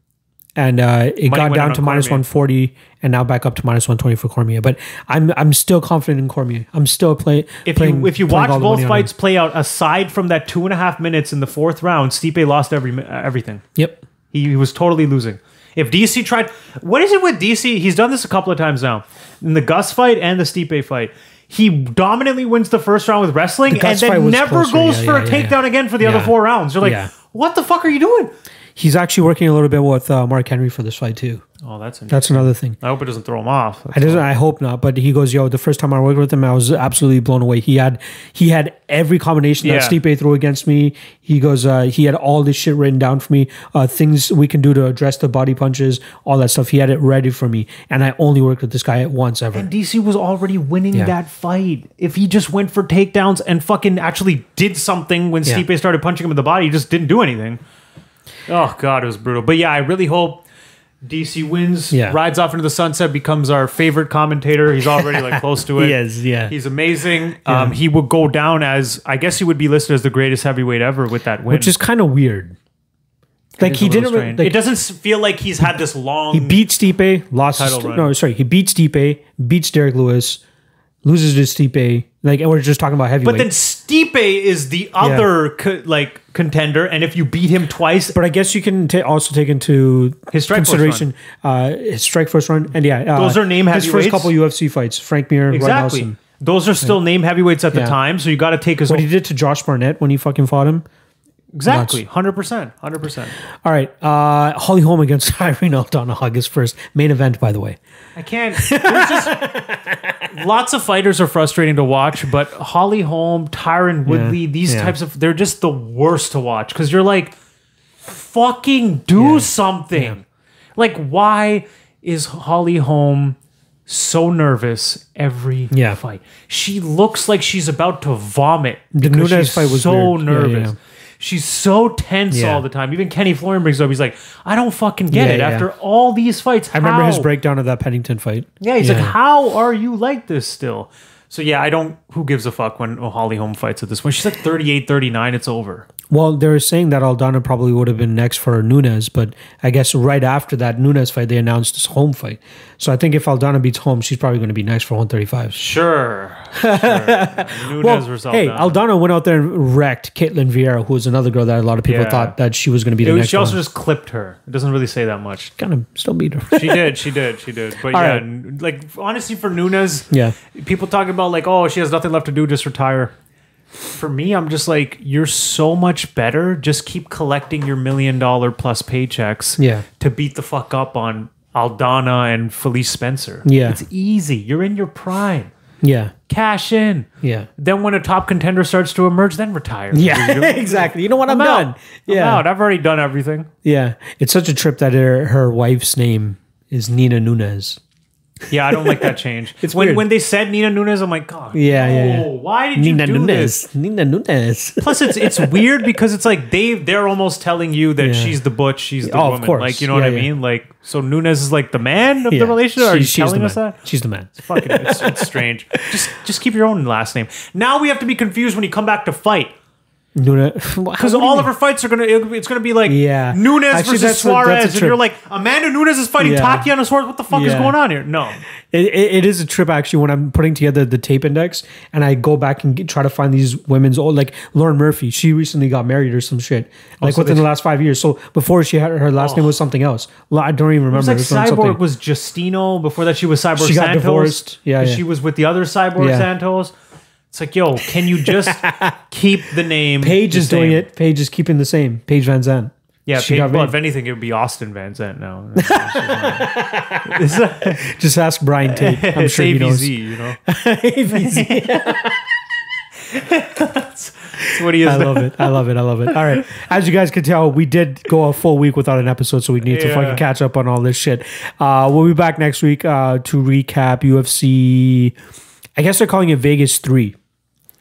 Speaker 2: and uh, it got
Speaker 1: went
Speaker 2: down
Speaker 1: on
Speaker 2: to minus
Speaker 1: Cormier.
Speaker 2: one forty, and now back up to minus one twenty for Cormier. But I'm I'm still confident in Cormier. I'm still play,
Speaker 1: if
Speaker 2: playing.
Speaker 1: you if you
Speaker 2: playing
Speaker 1: watch
Speaker 2: all the
Speaker 1: both
Speaker 2: money on him.
Speaker 1: fights play out, aside from that two and a half minutes in the fourth round, Stipe lost every mi- everything.
Speaker 2: yep.
Speaker 1: He, he was totally losing. If DC tried, what is it with DC? He's done this a couple of times now in the Gus fight and the Stipe fight. He dominantly wins the first round with wrestling and
Speaker 2: Gus fight
Speaker 1: then
Speaker 2: was
Speaker 1: never
Speaker 2: closer.
Speaker 1: goes
Speaker 2: Yeah,
Speaker 1: for
Speaker 2: yeah,
Speaker 1: a
Speaker 2: yeah, yeah.
Speaker 1: takedown again for the
Speaker 2: Yeah.
Speaker 1: other four rounds. You're like,
Speaker 2: Yeah.
Speaker 1: what the fuck are you doing?
Speaker 2: He's actually working a little bit with uh, Mark Henry for this fight too.
Speaker 1: Oh, that's,
Speaker 2: That's another thing.
Speaker 1: I hope it doesn't throw him off.
Speaker 2: I doesn't. I hope not. But he goes, "Yo, the first time I worked with him, I was absolutely blown away. He had he had every combination
Speaker 1: Yeah.
Speaker 2: that Stipe threw against me. He goes, uh, he had all this shit written down for me. Uh, things we can do to address the body punches, all that stuff. He had it ready for me, and I only worked with this guy once ever.
Speaker 1: DC was already winning
Speaker 2: Yeah.
Speaker 1: that fight. If he just went for takedowns and fucking actually did something when
Speaker 2: Yeah.
Speaker 1: Stipe started punching him in the body, he just didn't do anything. Oh god, it was brutal. But yeah, I really hope DC wins,
Speaker 2: Yeah.
Speaker 1: rides off into the sunset, becomes our favorite commentator. He's already like close to it.
Speaker 2: <laughs> He is, yeah.
Speaker 1: He's amazing. Um, he would go down as I guess he would be listed as the greatest heavyweight ever with that win.
Speaker 2: Which is kind of weird. Like
Speaker 1: It's a
Speaker 2: he
Speaker 1: little
Speaker 2: didn't. re-
Speaker 1: strange.
Speaker 2: Like,
Speaker 1: it doesn't s- feel like he's had this long
Speaker 2: He beat Stipe, lost.
Speaker 1: Title
Speaker 2: St-
Speaker 1: run.
Speaker 2: no, sorry, he beat Stipe, beats Derek Lewis, loses to Stipe. Like, and we're just talking about heavyweight.
Speaker 1: But then Stipe is the other co- like contender, and if you beat him twice,
Speaker 2: But I guess you can ta also take into
Speaker 1: His strike force
Speaker 2: consideration uh, his strike force run, and yeah, uh,
Speaker 1: Those are name
Speaker 2: his first
Speaker 1: heavyweights.
Speaker 2: couple UFC fights. Frank Mir, exactly.
Speaker 1: exactly. Those are still name heavyweights at the
Speaker 2: Yeah.
Speaker 1: time, so you got to take his
Speaker 2: What he did to Josh Barnett when he fucking fought him.
Speaker 1: exactly hundred percent, hundred percent.
Speaker 2: All right, uh, Holly Holm against <laughs> Irene Aldana August first main event, by the way.
Speaker 1: I can't. There's just
Speaker 2: <laughs>
Speaker 1: lots of fighters are frustrating to watch, but Holly Holm, Tyron Woodley, these
Speaker 2: yeah.
Speaker 1: types of they're just the worst to watch because you're like, fucking do something. Like, why is Holly Holm so nervous every
Speaker 2: Yeah.
Speaker 1: fight? She looks like she's about to vomit.
Speaker 2: The
Speaker 1: because
Speaker 2: Nunes
Speaker 1: she's
Speaker 2: fight was
Speaker 1: so
Speaker 2: weird. Yeah, yeah,
Speaker 1: nervous.
Speaker 2: yeah.
Speaker 1: She's so tense
Speaker 2: Yeah.
Speaker 1: all the time. Even Kenny Florian brings it up. He's like, I don't fucking get
Speaker 2: Yeah,
Speaker 1: it.
Speaker 2: yeah.
Speaker 1: After all these fights,
Speaker 2: I remember his
Speaker 1: how?
Speaker 2: breakdown of that Pennington fight.
Speaker 1: Yeah, he's like, how are you like this still? So yeah, I don't. Who gives a fuck when Holly Holm fights at this point? She's like 38, 39. It's over.
Speaker 2: Well, they were saying that Aldana probably would have been next for Nunes, but I guess right after that Nunes fight, they announced this home fight. So I think if Aldana beats home, she's probably going to be next for
Speaker 1: <laughs>
Speaker 2: 135.
Speaker 1: Sure. sure. Nunes
Speaker 2: Well,
Speaker 1: versus
Speaker 2: hey,
Speaker 1: Aldana.
Speaker 2: Aldana went out there and wrecked Caitlin Vieira, who was another girl that a lot of people
Speaker 1: Yeah.
Speaker 2: thought that she was going to be the
Speaker 1: It was-
Speaker 2: next
Speaker 1: she also
Speaker 2: one.
Speaker 1: just clipped her. It doesn't really say that much.
Speaker 2: Kind of still
Speaker 1: <laughs>
Speaker 2: beat her.
Speaker 1: She did. She did. She did. But
Speaker 2: All
Speaker 1: yeah,
Speaker 2: right.
Speaker 1: n- like honestly, for Nunes,
Speaker 2: yeah,
Speaker 1: people talk about like, oh, she has nothing left to do, just retire. For me, I'm just like, you're so much better. Just keep collecting your million dollar plus paychecks.
Speaker 2: Yeah.
Speaker 1: To beat the fuck up on Aldana and Felice Spencer.
Speaker 2: Yeah.
Speaker 1: It's easy. You're in your prime.
Speaker 2: yeah,
Speaker 1: Cash in.
Speaker 2: yeah,
Speaker 1: Then when a top contender starts to emerge, then retire.
Speaker 2: yeah. <laughs> exactly. You know what? I'm,
Speaker 1: I'm
Speaker 2: done.
Speaker 1: out.
Speaker 2: Yeah,
Speaker 1: I'm out. I've already done everything.
Speaker 2: yeah. It's such a trip that her, her wife's name is Nina Nunes.
Speaker 1: Yeah, I don't like that change.
Speaker 2: <laughs> It's
Speaker 1: when
Speaker 2: weird.
Speaker 1: when they said Nina Nunes, I'm like, God.
Speaker 2: Yeah, yeah, yeah.
Speaker 1: no, Why did
Speaker 2: Nina
Speaker 1: you do this?
Speaker 2: Nunes. Nina Nunes.
Speaker 1: Plus, it's
Speaker 2: <laughs>
Speaker 1: it's weird because it's like they they're almost telling you that she's the butch, she's the
Speaker 2: Oh, of
Speaker 1: woman.
Speaker 2: course.
Speaker 1: Like you know
Speaker 2: Yeah,
Speaker 1: what I
Speaker 2: yeah.
Speaker 1: mean? Like so, Nunes is like the man of
Speaker 2: Yeah.
Speaker 1: the relationship. Are
Speaker 2: She-
Speaker 1: you
Speaker 2: she's
Speaker 1: telling
Speaker 2: the
Speaker 1: us
Speaker 2: man.
Speaker 1: that?
Speaker 2: She's the man.
Speaker 1: Fucking, it's, it's
Speaker 2: <laughs>
Speaker 1: strange. Just just keep your own last name. Now we have to be confused when you come back to fight
Speaker 2: <laughs> Nunes.
Speaker 1: because all of her fights are gonna it'll- it's gonna be like
Speaker 2: Yeah.
Speaker 1: Nunes
Speaker 2: Actually,
Speaker 1: versus
Speaker 2: that's a- that's a
Speaker 1: Suarez, and
Speaker 2: trip.
Speaker 1: you're like Amanda Nunes is fighting
Speaker 2: Yeah.
Speaker 1: Tatiana Suarez. What the fuck is
Speaker 2: Yeah.
Speaker 1: going on here? No,
Speaker 2: It, it, it is a trip actually when I'm putting together the tape index and I go back and get, try to find these women's old like Lauren Murphy. She recently got married or some shit
Speaker 1: Oh,
Speaker 2: like
Speaker 1: so
Speaker 2: within
Speaker 1: they- Oh.
Speaker 2: the last five years. So before she had her last name was something else. La- I don't even remember.
Speaker 1: It was like
Speaker 2: on
Speaker 1: Cyborg
Speaker 2: something.
Speaker 1: was Justino. Before that, she was Cyborg
Speaker 2: She got
Speaker 1: Santos.
Speaker 2: divorced. Yeah,
Speaker 1: And
Speaker 2: yeah.
Speaker 1: She was with the other Cyborg
Speaker 2: Yeah.
Speaker 1: Santos. It's like, yo, can you
Speaker 2: <laughs>
Speaker 1: just keep the name?
Speaker 2: Paige
Speaker 1: the
Speaker 2: is doing
Speaker 1: same?
Speaker 2: it. Paige is keeping the same. Paige Van Zandt.
Speaker 1: Yeah,
Speaker 2: She
Speaker 1: Paige,
Speaker 2: got
Speaker 1: well,
Speaker 2: married.
Speaker 1: if anything, it would be Austin Van Zant now. It's a-
Speaker 2: Just ask
Speaker 1: <laughs>
Speaker 2: Brian Tate. <laughs> I'm
Speaker 1: it's
Speaker 2: sure he knows.
Speaker 1: AVZ, you
Speaker 2: <laughs>
Speaker 1: know.
Speaker 2: AVZ.
Speaker 1: <laughs> That's what he is.
Speaker 2: I
Speaker 1: now.
Speaker 2: love it. I love it. I love it. All right. As you guys can tell, we did go a full week without an episode, so we need to
Speaker 1: Yeah.
Speaker 2: fucking catch up on all this shit. Uh, we'll be back next week uh, to recap UFC. I guess they're calling it Vegas 3.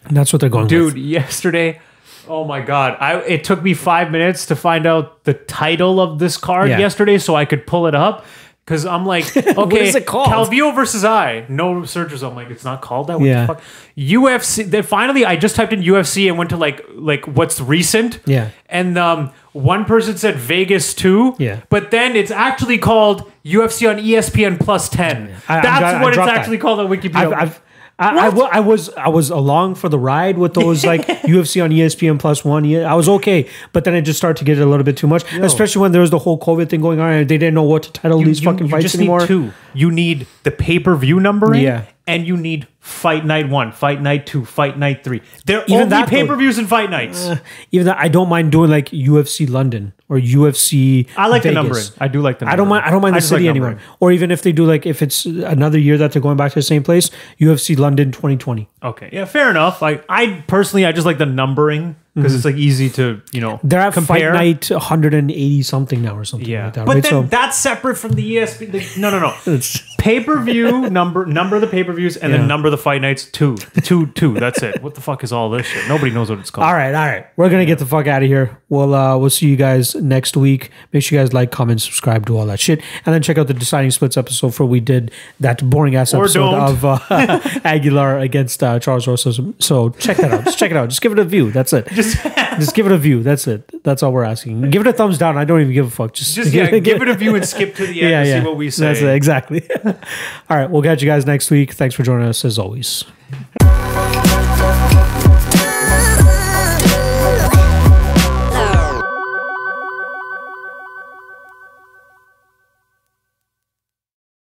Speaker 2: And that's what they're going with.
Speaker 1: Dude, yesterday, oh my god, I it took me five minutes to find out the title of this card
Speaker 2: Yeah.
Speaker 1: yesterday, so I could pull it up. Cause I'm
Speaker 2: <laughs>
Speaker 1: like, okay,
Speaker 2: is it called?
Speaker 1: Calvillo versus I. No searches. I'm like, it's not called that. What
Speaker 2: Yeah.
Speaker 1: the fuck? UFC. Then finally, I just typed in UFC and went to like, like what's recent.
Speaker 2: Yeah.
Speaker 1: And um, one person said Vegas two.
Speaker 2: Yeah.
Speaker 1: But then it's actually called UFC on E ESPN plus ten.
Speaker 2: I- I
Speaker 1: That's
Speaker 2: got- I
Speaker 1: what it's
Speaker 2: dropped that.
Speaker 1: actually called on
Speaker 2: I've,
Speaker 1: Wikipedia.
Speaker 2: I've, I, I, wa- I was I was along for the ride with
Speaker 1: <laughs>
Speaker 2: those like UFC on E ESPN plus one. Yeah, I was okay, but then it just started to get a little bit too much, especially when there was the whole COVID thing going on and they didn't know what to title these fucking fights anymore.
Speaker 1: Need two. You need the pay per view numbering,
Speaker 2: Yeah.
Speaker 1: and you need fight night one, fight night two, fight night three. They're
Speaker 2: Even
Speaker 1: only
Speaker 2: that, though-
Speaker 1: pay per views and fight nights.
Speaker 2: <laughs> Even though I don't mind doing like UFC London or UFC.
Speaker 1: I like the
Speaker 2: Vegas.
Speaker 1: numbering. I do like the.
Speaker 2: I
Speaker 1: Numbering.
Speaker 2: don't mind. I don't mind the
Speaker 1: just like
Speaker 2: city
Speaker 1: numbering.
Speaker 2: anymore. Or even if they do like if it's another year that they're going back to the same place, UFC London 2020.
Speaker 1: Okay, yeah, fair enough. Like I personally, I just like the numbering because it's like easy to you know
Speaker 2: Mm-hmm. They're at fight night 180 something now or something
Speaker 1: Yeah,
Speaker 2: like that.
Speaker 1: but
Speaker 2: right?
Speaker 1: then
Speaker 2: so
Speaker 1: that's separate from the ESP. The, no, no, no.
Speaker 2: <laughs> it's-
Speaker 1: Pay per view number number the pay per views and
Speaker 2: Yeah.
Speaker 1: then number the fight nights two two two. That's it. What the fuck is all this shit? Nobody knows what it's called.
Speaker 2: all right, all right. We're gonna get the fuck out of here. We'll uh, we'll see you guys next week. Make sure you guys like, comment, subscribe, do all that shit, and then check out the deciding splits episode where we did that boring ass
Speaker 1: Or
Speaker 2: episode
Speaker 1: don't.
Speaker 2: of uh, <laughs> Aguilar against uh, Charles Russell. So check that out. Just check it out. Just give it a view. That's it. <laughs> Just, give it a view. That's it. That's all we're asking. Give it a thumbs down. I don't even give a fuck. Just, <laughs>
Speaker 1: Just yeah, <laughs> give it a view and skip to the end to see what we say.
Speaker 2: <laughs> That's it, exactly. all right, we'll catch you guys next week. Thanks for joining us as always.